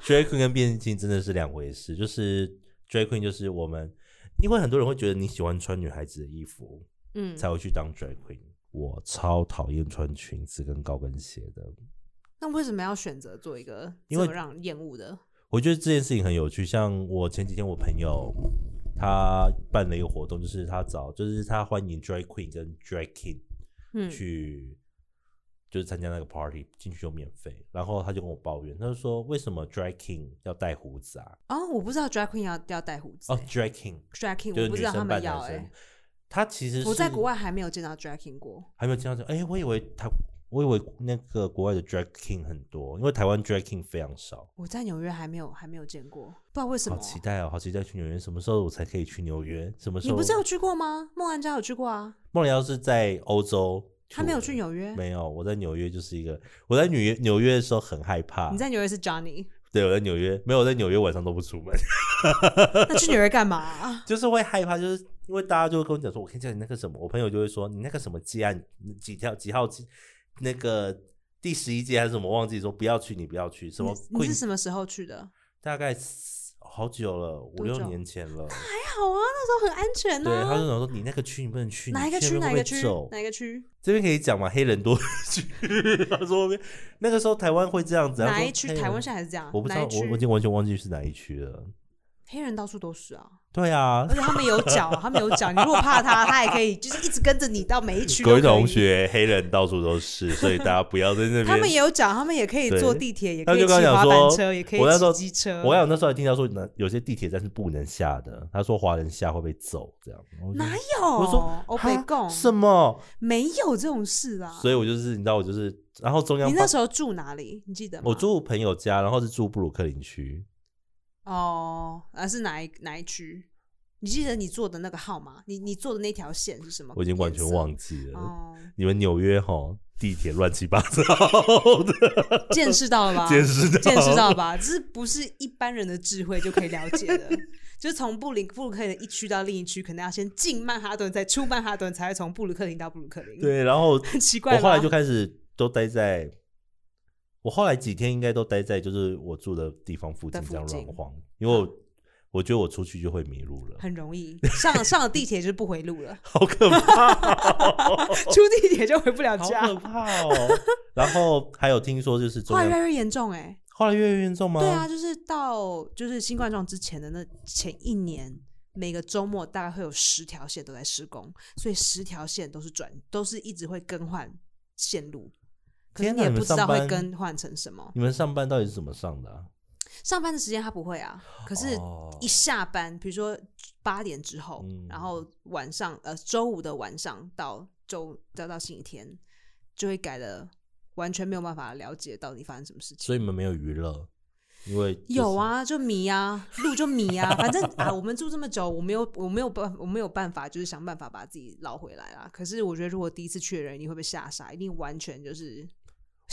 Speaker 1: drag queen 跟变性真的是两回事，就是 drag queen 就是我们，因为很多人会觉得你喜欢穿女孩子的衣服
Speaker 2: 嗯，
Speaker 1: 才会去当 drag queen。我超讨厌穿裙子跟高跟鞋的，
Speaker 2: 那为什么要选择做一个这
Speaker 1: 因为
Speaker 2: 么让人厌恶的？
Speaker 1: 我觉得这件事情很有趣。像我前几天我朋友他办了一个活动，就是他找就是他欢迎 drag queen 跟 drag king
Speaker 2: 嗯，
Speaker 1: 去，就是参加那个 party，进去又免费。然后他就跟我抱怨，他就说为什么 drag king 要戴胡子啊？
Speaker 2: 哦，我不知道 drag queen 要要戴胡子、
Speaker 1: 哦
Speaker 2: 欸
Speaker 1: ，drag king
Speaker 2: drag king
Speaker 1: 就是
Speaker 2: 我不
Speaker 1: 女
Speaker 2: 知道他
Speaker 1: 生扮
Speaker 2: 们要
Speaker 1: 男
Speaker 2: 哎、
Speaker 1: 生。他其实
Speaker 2: 我在
Speaker 1: 是
Speaker 2: 国外还没有见到 drag king 过。
Speaker 1: 还没有听到这，哎、我以为他，我以为那个国外的 drag king 很多，因为台湾 drag king 非常少。
Speaker 2: 我在纽约还没有还没有见过，不知道为什么啊
Speaker 1: 好。期待哦，好期待去纽约，什么时候我才可以去纽约？什么时
Speaker 2: 你
Speaker 1: 候？
Speaker 2: 不是有去过吗？梦安家有去过啊，
Speaker 1: 梦里要是在欧洲，
Speaker 2: 他没有去，纽约。
Speaker 1: 没有，我在纽约就是一个，我在纽约纽约的时候很害怕，
Speaker 2: 你在纽约是
Speaker 1: (laughs)
Speaker 2: Johnny，
Speaker 1: 对，我在纽约没有，我在纽约晚上都不出门，
Speaker 2: 那去纽约干嘛、啊
Speaker 1: 就是会害怕，就是因为大家就会跟我讲说，我看见你那个什么，我朋友就会说你那个什么街啊，你几条几号街，那个第十一街还是什么，忘记说不要去，你不要去什么
Speaker 2: 你你是
Speaker 1: Queen
Speaker 2: 什么时候去的？
Speaker 1: 大概四好久了，五
Speaker 2: 多
Speaker 1: 六
Speaker 2: 久
Speaker 1: 年前
Speaker 2: (laughs)
Speaker 1: 了。
Speaker 2: 还好啊，那时候很安全
Speaker 1: 对，他
Speaker 2: 啊。
Speaker 1: 就想说你那个区你不能去，
Speaker 2: 哪
Speaker 1: 你
Speaker 2: 一个
Speaker 1: 去
Speaker 2: 区？
Speaker 1: 那
Speaker 2: 哪一
Speaker 1: 边会
Speaker 2: 个
Speaker 1: 被
Speaker 2: 区
Speaker 1: 揍？
Speaker 2: 哪一个区？
Speaker 1: 这边可以讲嘛，黑人多的区。他说那个时候台湾会这样子，他
Speaker 2: 哪
Speaker 1: 说
Speaker 2: 一区？
Speaker 1: 黑人
Speaker 2: 台湾现在还是这样？啊
Speaker 1: 我不知
Speaker 2: 哪
Speaker 1: 道，
Speaker 2: 一区
Speaker 1: 我我已经完全忘记是哪一区了。
Speaker 2: 黑人到处都是啊，
Speaker 1: 对啊
Speaker 2: 而，且他们有脚，他们有脚。你如果怕他，他也可以，就是一直跟着你到每一区。
Speaker 1: 各位同，学，黑人到处都是，所以大家不要在那
Speaker 2: (laughs)
Speaker 1: 边。
Speaker 2: 他们也有脚，他们也可以
Speaker 1: 对
Speaker 2: 坐地铁，也
Speaker 1: 他
Speaker 2: 可以
Speaker 1: 就
Speaker 2: 骑
Speaker 1: 跟我讲
Speaker 2: 滑
Speaker 1: 说
Speaker 2: 板车，也可以
Speaker 1: 我那时候
Speaker 2: 骑机车。
Speaker 1: 我想那时候还听到说，那有些地铁站是不能下的。他说华人下会被揍，这样。我就
Speaker 2: 哪有？
Speaker 1: 我说
Speaker 2: 欧哦
Speaker 1: 哈
Speaker 2: 北贡
Speaker 1: 什么？
Speaker 2: 没有这种事啊。
Speaker 1: 所以我就是你知道，我就是然后中央
Speaker 2: 你
Speaker 1: 八
Speaker 2: 那时候住哪里？你记得吗？
Speaker 1: 我住朋友家，然后是住布鲁克林区，
Speaker 2: 哦，啊是哪一哪一区？你记得你坐的那个号码？你你坐的那条线是什么？
Speaker 1: 我已经完全忘记了。
Speaker 2: 哦，
Speaker 1: 你们纽约哈地铁乱七八糟 (laughs) 的，
Speaker 2: 见识到了吧？
Speaker 1: (laughs) 见识到
Speaker 2: 哦见识到吧？这是不是一般人的智慧就可以了解的？ (laughs) 就是从布林布鲁克林一区到另一区，可能要先进曼哈顿，再出曼哈顿，才会从布鲁克林到布鲁克林。，
Speaker 1: 对，然后
Speaker 2: 很 (laughs) 奇怪吧。
Speaker 1: 我后来就开始都待在，我后来几天应该都待在就是我住的地方附近
Speaker 2: 在附
Speaker 1: 这样乱
Speaker 2: 近
Speaker 1: 晃，因为我我觉得我出去就会迷路了，，
Speaker 2: 很容易上上了地铁就不回路了
Speaker 1: (laughs)
Speaker 2: (laughs)
Speaker 1: 好可怕，哦
Speaker 2: 出地铁就回不了
Speaker 1: 好
Speaker 2: 家
Speaker 1: 可。怕哦。然后还有听说就是
Speaker 2: 后
Speaker 1: 中
Speaker 2: 来越
Speaker 1: 央
Speaker 2: 来越严重哎、
Speaker 1: 后来越来越严重吗？
Speaker 2: 对啊，，就是
Speaker 1: 哦
Speaker 2: 到就是新冠状之前的那前一年，每个周末大概会有十条线都在施工，所以十条线都是转，都是一直会更换线路。可是
Speaker 1: 天
Speaker 2: 你
Speaker 1: 哪
Speaker 2: 也
Speaker 1: 你
Speaker 2: 不
Speaker 1: 们
Speaker 2: 知道
Speaker 1: 上
Speaker 2: 会
Speaker 1: 班
Speaker 2: 更换成什么。
Speaker 1: 你们上班到底是怎么上的啊、
Speaker 2: 上班的时间他不会啊，可是
Speaker 1: 哦
Speaker 2: 一下班，比如说八点之后，
Speaker 1: 嗯
Speaker 2: 然后晚上呃周五的晚上到周再到星期天，就会改的完全没有办法了解到底发生什么事情。
Speaker 1: 所以你们没有娱乐，因为、
Speaker 2: 有，啊，就迷啊，路就迷
Speaker 1: (laughs)
Speaker 2: 啊，反正啊，我们住这么久，我没有，我没有办，我没有办法，就是想办法把自己捞回来啦。可是我觉得，如果第一次去的人，你会被吓傻，一定完全就是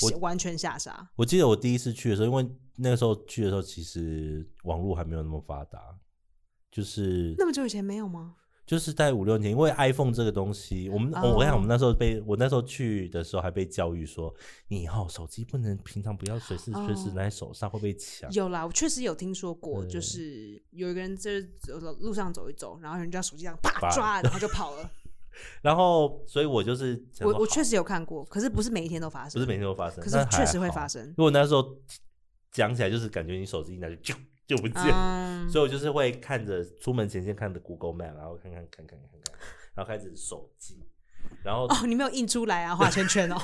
Speaker 1: 我
Speaker 2: 完全吓傻。
Speaker 1: 我记得我第一次去的时候，因为那个时候去的时候，其实网络还没有那么发达，就是
Speaker 2: 那么久以前没有吗？
Speaker 1: 就是在五六年前，因为 iPhone 这个东西，我们、
Speaker 2: 哦
Speaker 1: 我跟你讲，我们那时候被我那时候去的时候还被教育说，你以后手机不能平常不要随时
Speaker 2: 哦
Speaker 1: 随时拿在手上，会被抢。
Speaker 2: 有啦，我确实有听说过，
Speaker 1: 啊对
Speaker 2: 就是有一个人就是走路上走一走，然后人家手机这样啪
Speaker 1: 啪
Speaker 2: 抓，然后就跑
Speaker 1: (laughs)
Speaker 2: 了。
Speaker 1: 然后，所以我就是想
Speaker 2: 我
Speaker 1: 说
Speaker 2: 我
Speaker 1: 好
Speaker 2: 确实有看过，可是不是每一天都发生，
Speaker 1: 不是每天都发生，
Speaker 2: 可
Speaker 1: 但
Speaker 2: 是确实
Speaker 1: 还
Speaker 2: 会
Speaker 1: 好
Speaker 2: 发。生
Speaker 1: 因。为我那时候讲起来就是感觉你手机一拿就就就不见了，
Speaker 2: 嗯，
Speaker 1: (laughs) 所以我就是会看着出门前先看着 Google Map，然后看看看看看看，然后开始手机，然后
Speaker 2: 哦
Speaker 1: (laughs)
Speaker 2: 哦，你没有印出来啊，画圈圈哦。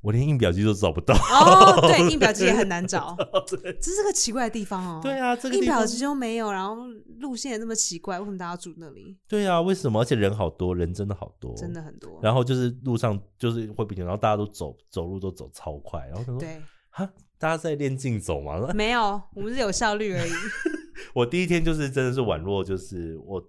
Speaker 1: 我连印表机都找不到。
Speaker 2: 哦，对，印表机也很难找，
Speaker 1: (laughs) 对
Speaker 2: 这是个奇怪的地方哦。
Speaker 1: 对啊，这个
Speaker 2: 印
Speaker 1: 地
Speaker 2: 表
Speaker 1: 方
Speaker 2: 机就没有，然后路线也这么奇怪，为什么大家住那里？
Speaker 1: 对啊，为什么？而且人好多，人真的好多，
Speaker 2: 真的。很多。
Speaker 1: 哦然后就是路上就是会比较，然后大家都走走路都走超快，然后他说
Speaker 2: 对，
Speaker 1: 哈，大家在练竞走 (laughs) 嘛。
Speaker 2: 没有，我们是有效率
Speaker 1: (laughs)
Speaker 2: 而已。
Speaker 1: 我第一天就是真的是宛若就是我，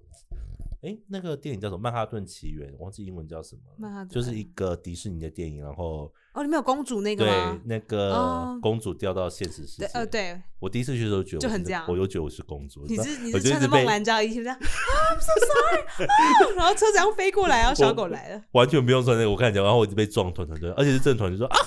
Speaker 1: 哎、那个电影叫什么《曼哈顿奇缘》，忘记英文叫什么了，
Speaker 2: 曼哈顿
Speaker 1: 就是一个迪士尼的电影，然后
Speaker 2: 哦，你们有公主那个
Speaker 1: 对
Speaker 2: 吗？
Speaker 1: 那个
Speaker 2: 哦
Speaker 1: 公主掉到现实世界，
Speaker 2: 对，呃，对，
Speaker 1: 我第一次去的时候觉得
Speaker 2: 就
Speaker 1: 我
Speaker 2: 很
Speaker 1: 是
Speaker 2: 这样
Speaker 1: 我又觉得我是公主，
Speaker 2: 你
Speaker 1: 然后
Speaker 2: 是你
Speaker 1: 我
Speaker 2: 是
Speaker 1: 就一
Speaker 2: 穿
Speaker 1: 直
Speaker 2: 着梦
Speaker 1: 被
Speaker 2: 兰罩衣 (laughs) 服这样，I'm so 啊 (laughs) sorry，然后车子要飞过来，然后小狗来了，
Speaker 1: 完全不用穿那个，我看起来，然后我一直被撞团团转，而且是正团就说啊，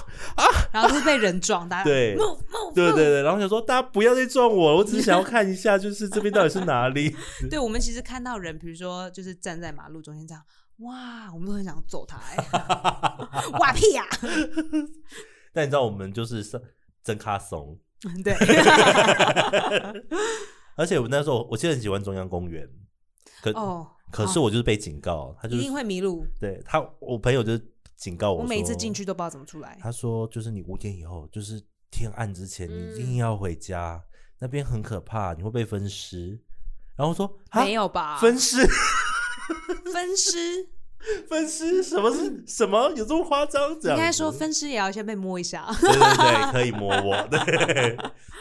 Speaker 2: 然后就是被人撞，大家
Speaker 1: 对
Speaker 2: move move，
Speaker 1: 对对对，然后想说大家不要再撞我，我只是想要看一下，就是这边到底是哪里。 (laughs)
Speaker 2: 对我们其实看到人，比如说就是站在马路中间这样，哇，我们都很想揍 (laughs)
Speaker 1: (laughs)
Speaker 2: 他、欸，哇屁啊呀、
Speaker 1: 但你知道我们就是上真卡怂，
Speaker 2: (laughs)
Speaker 1: (laughs)
Speaker 2: 对，
Speaker 1: 而且我那时候我其实很喜欢中央公园，可、
Speaker 2: 哦，
Speaker 1: 可是我就是被警告，他就
Speaker 2: 一
Speaker 1: 是
Speaker 2: 定会迷路，
Speaker 1: 对他，我朋友就是警告
Speaker 2: 我啊
Speaker 1: 我
Speaker 2: 每一次
Speaker 1: 说
Speaker 2: 进去，都不知道怎么出来。
Speaker 1: 他说就是你五点以后，就是天暗之前，你一
Speaker 2: 嗯
Speaker 1: 定要回家，那边很可怕，你会被分尸。然后我说啊
Speaker 2: 没有吧？
Speaker 1: 分尸，
Speaker 2: 分尸，
Speaker 1: 分尸，什么是什么？有这么夸张？ (laughs) 这
Speaker 2: 应
Speaker 1: 样
Speaker 2: 该
Speaker 1: 子
Speaker 2: 说分尸也要先被摸一下。
Speaker 1: 对对对，可以摸我。对，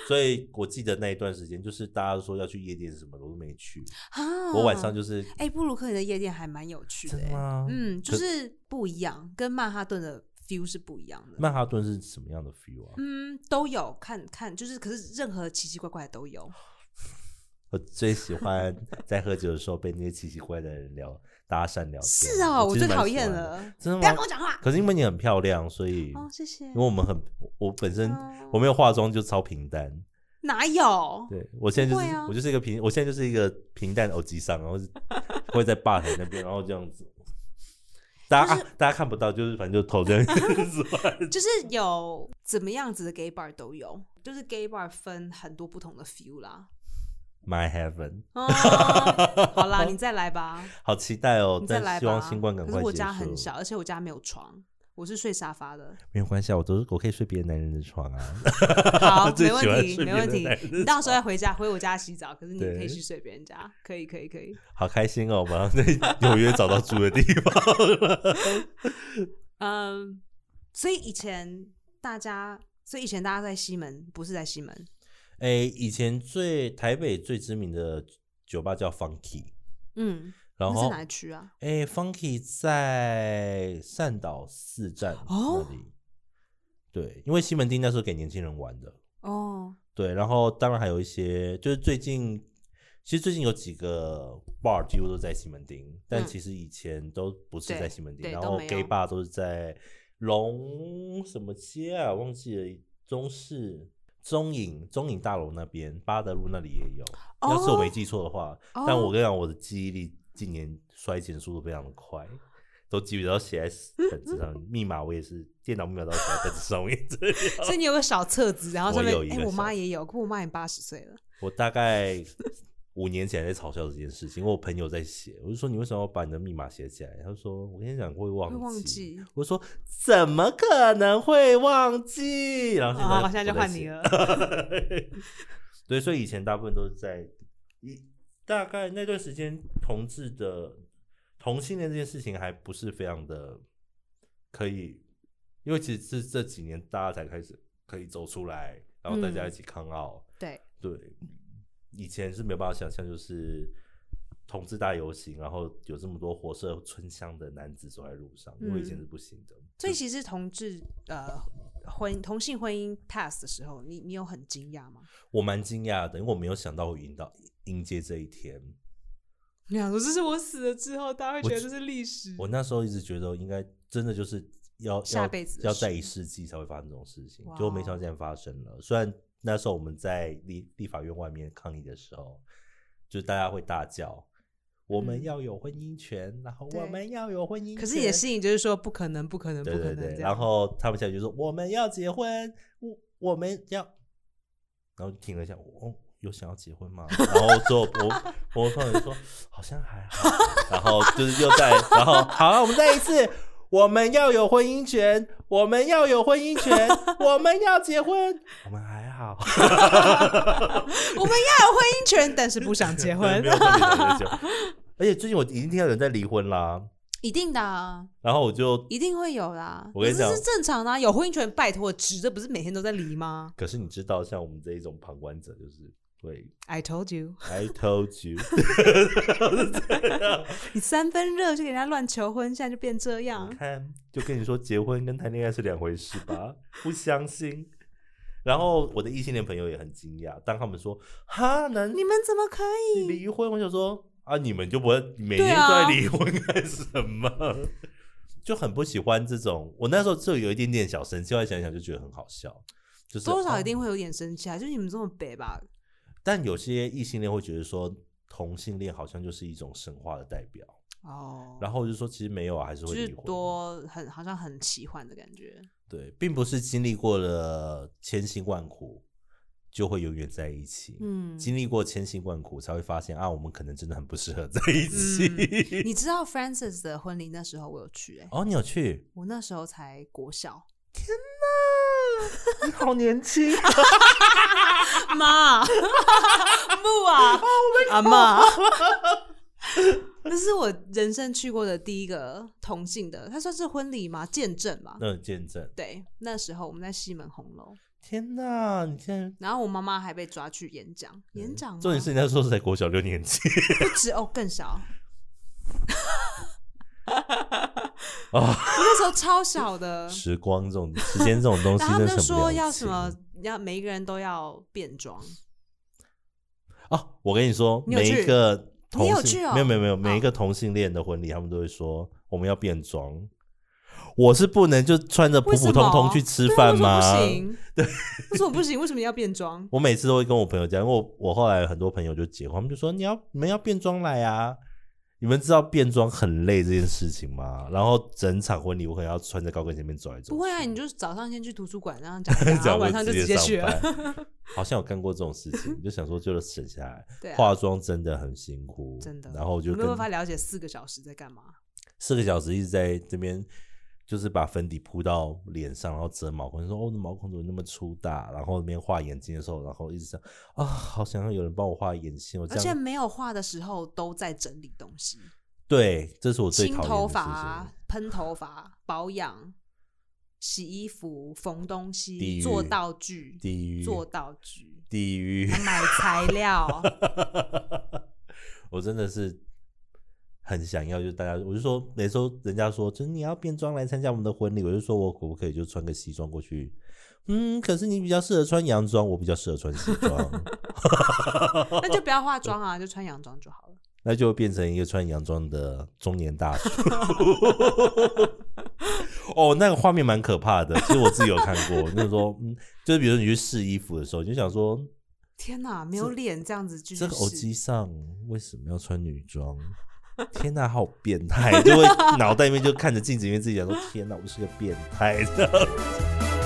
Speaker 1: 所以我记得那一段时间，就是大家都说要去夜店什么的，我都没去。
Speaker 2: 啊
Speaker 1: 我晚上就是
Speaker 2: 哎、布鲁克你的夜店还蛮有趣的、
Speaker 1: 真的
Speaker 2: 欸，
Speaker 1: 吗？
Speaker 2: 嗯，就
Speaker 1: 可
Speaker 2: 是不一样，跟曼哈顿的 feel 是不一样的。
Speaker 1: 曼哈顿是什么样的 feel 啊？
Speaker 2: 嗯，都有看看，就是可是任何奇奇怪怪的都
Speaker 1: 啊
Speaker 2: 有。
Speaker 1: 我最喜欢在喝酒的时候被那些奇奇怪怪的人聊搭讪聊天。
Speaker 2: 是哦，我
Speaker 1: 其
Speaker 2: 最
Speaker 1: 实蛮喜欢
Speaker 2: 讨厌
Speaker 1: 的。
Speaker 2: 了， (laughs)
Speaker 1: 真的
Speaker 2: 不要跟
Speaker 1: 吗
Speaker 2: 我？讲话。
Speaker 1: 可是因为你很漂亮，所以
Speaker 2: 哦，谢谢
Speaker 1: 因为。我们很我我本身
Speaker 2: 哦
Speaker 1: 我没有化妆就超平淡。
Speaker 2: 哪有？
Speaker 1: 对我现在就
Speaker 2: 不
Speaker 1: 是
Speaker 2: 会啊
Speaker 1: 我就是一个平我现在就是一个平淡的偶机上，然
Speaker 2: (laughs)
Speaker 1: 后是会在吧台那边，然后这样子。大家、啊、大家看不到，就是反正就头这
Speaker 2: (laughs)
Speaker 1: 样子吧
Speaker 2: 就是有怎么样子的 gay bar 都有，就是 gay bar 分很多不同的 feel 啦。
Speaker 1: My heaven，
Speaker 2: 哦，好啦，你再来吧，
Speaker 1: 好期待哦！
Speaker 2: 你再来
Speaker 1: 但
Speaker 2: 吧。
Speaker 1: 希望新冠赶
Speaker 2: 可
Speaker 1: 快
Speaker 2: 是我
Speaker 1: 结
Speaker 2: 家
Speaker 1: 束。
Speaker 2: 很小，而且我家没有床，我是睡沙发
Speaker 1: (laughs)
Speaker 2: 的。
Speaker 1: 没有关系啊，我都是我可以睡别的男人的床啊。
Speaker 2: 好，
Speaker 1: 最
Speaker 2: 没
Speaker 1: 喜欢
Speaker 2: 问题，
Speaker 1: 睡
Speaker 2: 没
Speaker 1: 别
Speaker 2: 问
Speaker 1: 的
Speaker 2: 题
Speaker 1: 男人。
Speaker 2: 你到时候要回家回我家洗澡，可是你
Speaker 1: 对
Speaker 2: 可以去睡别人家，可以，可以，可以。
Speaker 1: 好开心哦， (laughs) 马上在纽约找到住的地方。 (laughs)
Speaker 2: 嗯，所以以前大家，所以以前大家在西门，不是在西门，
Speaker 1: 哎、以前最台北最知名的酒吧叫 Funky，
Speaker 2: 嗯，
Speaker 1: 然
Speaker 2: 那是
Speaker 1: 后
Speaker 2: 哪一区啊？
Speaker 1: 哎、f u n k y 在善岛四站
Speaker 2: 哦
Speaker 1: 那里。对，因为西门町那时候给年轻人玩的。
Speaker 2: 哦，
Speaker 1: 对，然后当然还有一些，就是最近，其实最近有几个 bar 几乎都在西门町，但
Speaker 2: 嗯
Speaker 1: 其实以前都不是
Speaker 2: 对
Speaker 1: 在西门町，
Speaker 2: 对
Speaker 1: 然
Speaker 2: 都
Speaker 1: 后
Speaker 2: 没有
Speaker 1: gay bar 都是在龙什么街啊，忘记了，中式中影中影大楼那边，八德路那里也有。要是我没记错的话，但我
Speaker 2: 哦
Speaker 1: 跟你讲，我的记忆力近年衰减速度非常的快。都记不到
Speaker 2: (laughs)
Speaker 1: 写在本子上，密码我也是电脑密码都写在本子上面。对
Speaker 2: 所以你有个小册子，然后上面
Speaker 1: 我有一，
Speaker 2: 哎、
Speaker 1: 个
Speaker 2: 我妈
Speaker 1: 小
Speaker 2: 也有，可我妈也八十岁了。
Speaker 1: 我大概五年前在嘲笑这件事情，因为我朋友在写，我就说你为什么要把你的密码写起来？他说我跟你讲会忘记，
Speaker 2: 会忘记
Speaker 1: 我说怎么可能会忘记？然后现在、
Speaker 2: 哦，现在就换你。了。
Speaker 1: (laughs) 对，所以以前大部分都是在一大概那段时间，同志的同性恋这件事情还不是非常的可以，因为其实是这几年大家才开始可以走出来，然后大家
Speaker 2: 嗯
Speaker 1: 一起抗奥。
Speaker 2: 对，
Speaker 1: 对，以前是没有办法想象，就是同志大游行，然后有这么多活色春香的男子走在路上，因为以前
Speaker 2: 嗯
Speaker 1: 是不行的。
Speaker 2: 所以其实同志呃婚同性婚姻 pass 的时候，你你有很惊讶吗？
Speaker 1: 我蛮惊讶的，因为我没有想到会迎到迎接这一天。
Speaker 2: 你想说，这是我死了之后，大家会
Speaker 1: 我
Speaker 2: 觉得这是历史。
Speaker 1: 我那时候一直觉得应该真的就是要
Speaker 2: 下辈子的
Speaker 1: 要要
Speaker 2: 事
Speaker 1: 在一世纪才会发生这种事情
Speaker 2: 哇，
Speaker 1: 结果没想到竟然发生了。虽然那时候我们在立立法院外面抗议的时候，就大家会大叫。我们
Speaker 2: 嗯
Speaker 1: 要有婚姻权，然后
Speaker 2: 对
Speaker 1: 我们要有婚姻权。
Speaker 2: 可是你的心里就是说，不可能，不可能，不
Speaker 1: 对
Speaker 2: 可
Speaker 1: 对
Speaker 2: 能
Speaker 1: 对，
Speaker 2: 这样。
Speaker 1: 然后他们现在就说我们要结婚，我我们要，然后停了一下，我、哦、有想要结婚吗？然后之后
Speaker 2: (laughs)
Speaker 1: 我我朋友就说好像还好，然后就是又在，然后好了，我们再一次，我们要有婚姻权，我们要有婚姻权，我们要
Speaker 2: (laughs)
Speaker 1: 结婚，我们还好，
Speaker 2: 我们要有婚姻权，但是不想结
Speaker 1: (laughs)
Speaker 2: 婚
Speaker 1: 没，有特别讲
Speaker 2: (laughs)
Speaker 1: 多久。而且最近我已经听到有人在离婚啦，
Speaker 2: 一定的、啊，
Speaker 1: 然后我就，
Speaker 2: 一定会有啦。
Speaker 1: 我跟你
Speaker 2: 这
Speaker 1: 讲
Speaker 2: 是正常的、啊，有婚姻权，拜托，直这不是每天都在离吗
Speaker 1: 可是你知道，像我们这一种旁观者，就是会
Speaker 2: ？I told you，
Speaker 1: I told you，
Speaker 2: (laughs) 你三分热就给人家乱求婚，现在就变这样
Speaker 1: 你。看，就跟你说，结婚跟谈恋爱是两回事吧？不相信。然后我的异性恋朋友也很惊讶，当他们说“哈，男
Speaker 2: 你们怎么可以？
Speaker 1: 离婚”，我想说啊，你们就不会每
Speaker 2: 对
Speaker 1: 天都
Speaker 2: 啊
Speaker 1: 在离婚干什么？ (laughs) 就很不喜欢这种。我那时候就有一点点小生气，后来想一想就觉得很好笑，就是
Speaker 2: 多少一
Speaker 1: 哦
Speaker 2: 定会有点生气啊！就是你们这么北吧？
Speaker 1: 但有些异性恋会觉得说，同性恋好像就是一种神话的代表。
Speaker 2: 哦，
Speaker 1: 然后我就说，其实没有啊，还是
Speaker 2: 就
Speaker 1: 会
Speaker 2: 是
Speaker 1: 离婚。
Speaker 2: 多很好像很奇幻的感觉。
Speaker 1: 对，并不是经历过了千辛万苦就会永远在一起。
Speaker 2: 嗯，
Speaker 1: 经历过千辛万苦，才会发现啊，我们可能真的很不适合在一起。
Speaker 2: 你知道 Francis 的婚礼那时候我有去哎、
Speaker 1: 哦，你
Speaker 2: (laughs)
Speaker 1: 有去？
Speaker 2: 我那时候才国小，
Speaker 1: 你好年轻，
Speaker 2: 啊妈， (laughs) 木啊，阿妈， (laughs) 那是我人生去过的第一个同性的，它算是婚礼吗？见证嘛。
Speaker 1: (laughs) 那有见证。
Speaker 2: 对，那时候我们在西门红楼，
Speaker 1: 天哪，你现在
Speaker 2: 然后我妈妈还被抓去演讲，演讲吗
Speaker 1: 嗯重点是你那时候才国小六年级
Speaker 2: 不止哦，更
Speaker 1: (laughs)
Speaker 2: 小。
Speaker 1: 啊、，
Speaker 2: 我那时候超小的
Speaker 1: (laughs) 时光这种时间这种东西，
Speaker 2: 嗯然后他们
Speaker 1: 真的
Speaker 2: 就
Speaker 1: 省不了
Speaker 2: 说要
Speaker 1: 钱
Speaker 2: 什么，要每一个人都要变装，
Speaker 1: 哦，我跟你说，
Speaker 2: 你有
Speaker 1: 每
Speaker 2: 去
Speaker 1: 一个同
Speaker 2: 你有
Speaker 1: 性
Speaker 2: 去哦
Speaker 1: 没有没有没有，每一个同性恋的婚礼，他们都会说我们要变装。我是不能就穿着普
Speaker 2: 为什
Speaker 1: 普
Speaker 2: 么
Speaker 1: 通通去吃饭吗？
Speaker 2: 对啊为什
Speaker 1: (laughs)
Speaker 2: 么不行，为什么不行？为什么要变装？
Speaker 1: 我每次都会跟我朋友讲，因为我我后来很多朋友就结婚，他们就说你要你们要变装来啊！你们知道变装很累这件事情吗？然后整场婚礼我可能要穿着高跟鞋面走来走去，
Speaker 2: 不会啊，你就早上先去图书馆，然后讲
Speaker 1: 这
Speaker 2: 一
Speaker 1: (laughs) 样
Speaker 2: 讲，然后
Speaker 1: 我
Speaker 2: 晚上就
Speaker 1: 直
Speaker 2: 接去了。
Speaker 1: (laughs) 上
Speaker 2: (laughs)
Speaker 1: 班。好像有干过这种事情，就想说就省下来。
Speaker 2: 对啊，
Speaker 1: 化妆真的很辛苦，
Speaker 2: 真的，
Speaker 1: 然后就
Speaker 2: 我没有办
Speaker 1: 跟
Speaker 2: 法了解四个小时在干嘛。
Speaker 1: 四个小时一直在这边，就是把粉底铺到脸上，然后折毛孔，说哦，我的毛孔怎么那么粗大？然后那边画眼睛的时候，然后一直想啊，好想要有人帮我画眼线。我这
Speaker 2: 而且
Speaker 1: 样
Speaker 2: 没有画的时候都在整理东西，
Speaker 1: 对，这是我最
Speaker 2: 清
Speaker 1: 讨
Speaker 2: 头
Speaker 1: 厌的
Speaker 2: 发
Speaker 1: 事
Speaker 2: 啊、喷头发、保养、洗衣服、缝东
Speaker 1: 地
Speaker 2: 西、
Speaker 1: 狱
Speaker 2: 做道具
Speaker 1: 情，、地狱，
Speaker 2: 做道具、 (laughs)
Speaker 1: 地狱， (laughs)
Speaker 2: 买材料。
Speaker 1: 我真的是。很想要，就大家，我就说，每次都人家说，就是你要变装来参加我们的婚礼，我就说我可不可以就穿个西装过去？嗯，可是你比较适合穿洋装，我比较适合穿西装。
Speaker 2: 那就不要化妆啊，就穿洋装就好了。
Speaker 1: 那就变成一个穿洋装的中年大叔。哦，那个画面蛮可怕的，其实我自己有看过。就是说，嗯，就是比如你去试衣服的时候，你就想说，
Speaker 2: 天哪，没有脸这样子继续
Speaker 1: 这个偶机
Speaker 2: 试，
Speaker 1: 上为什么要穿女装？天哪、好变态！就会脑袋里面就看着镜子里面自己想说，天哪、我是个变态的。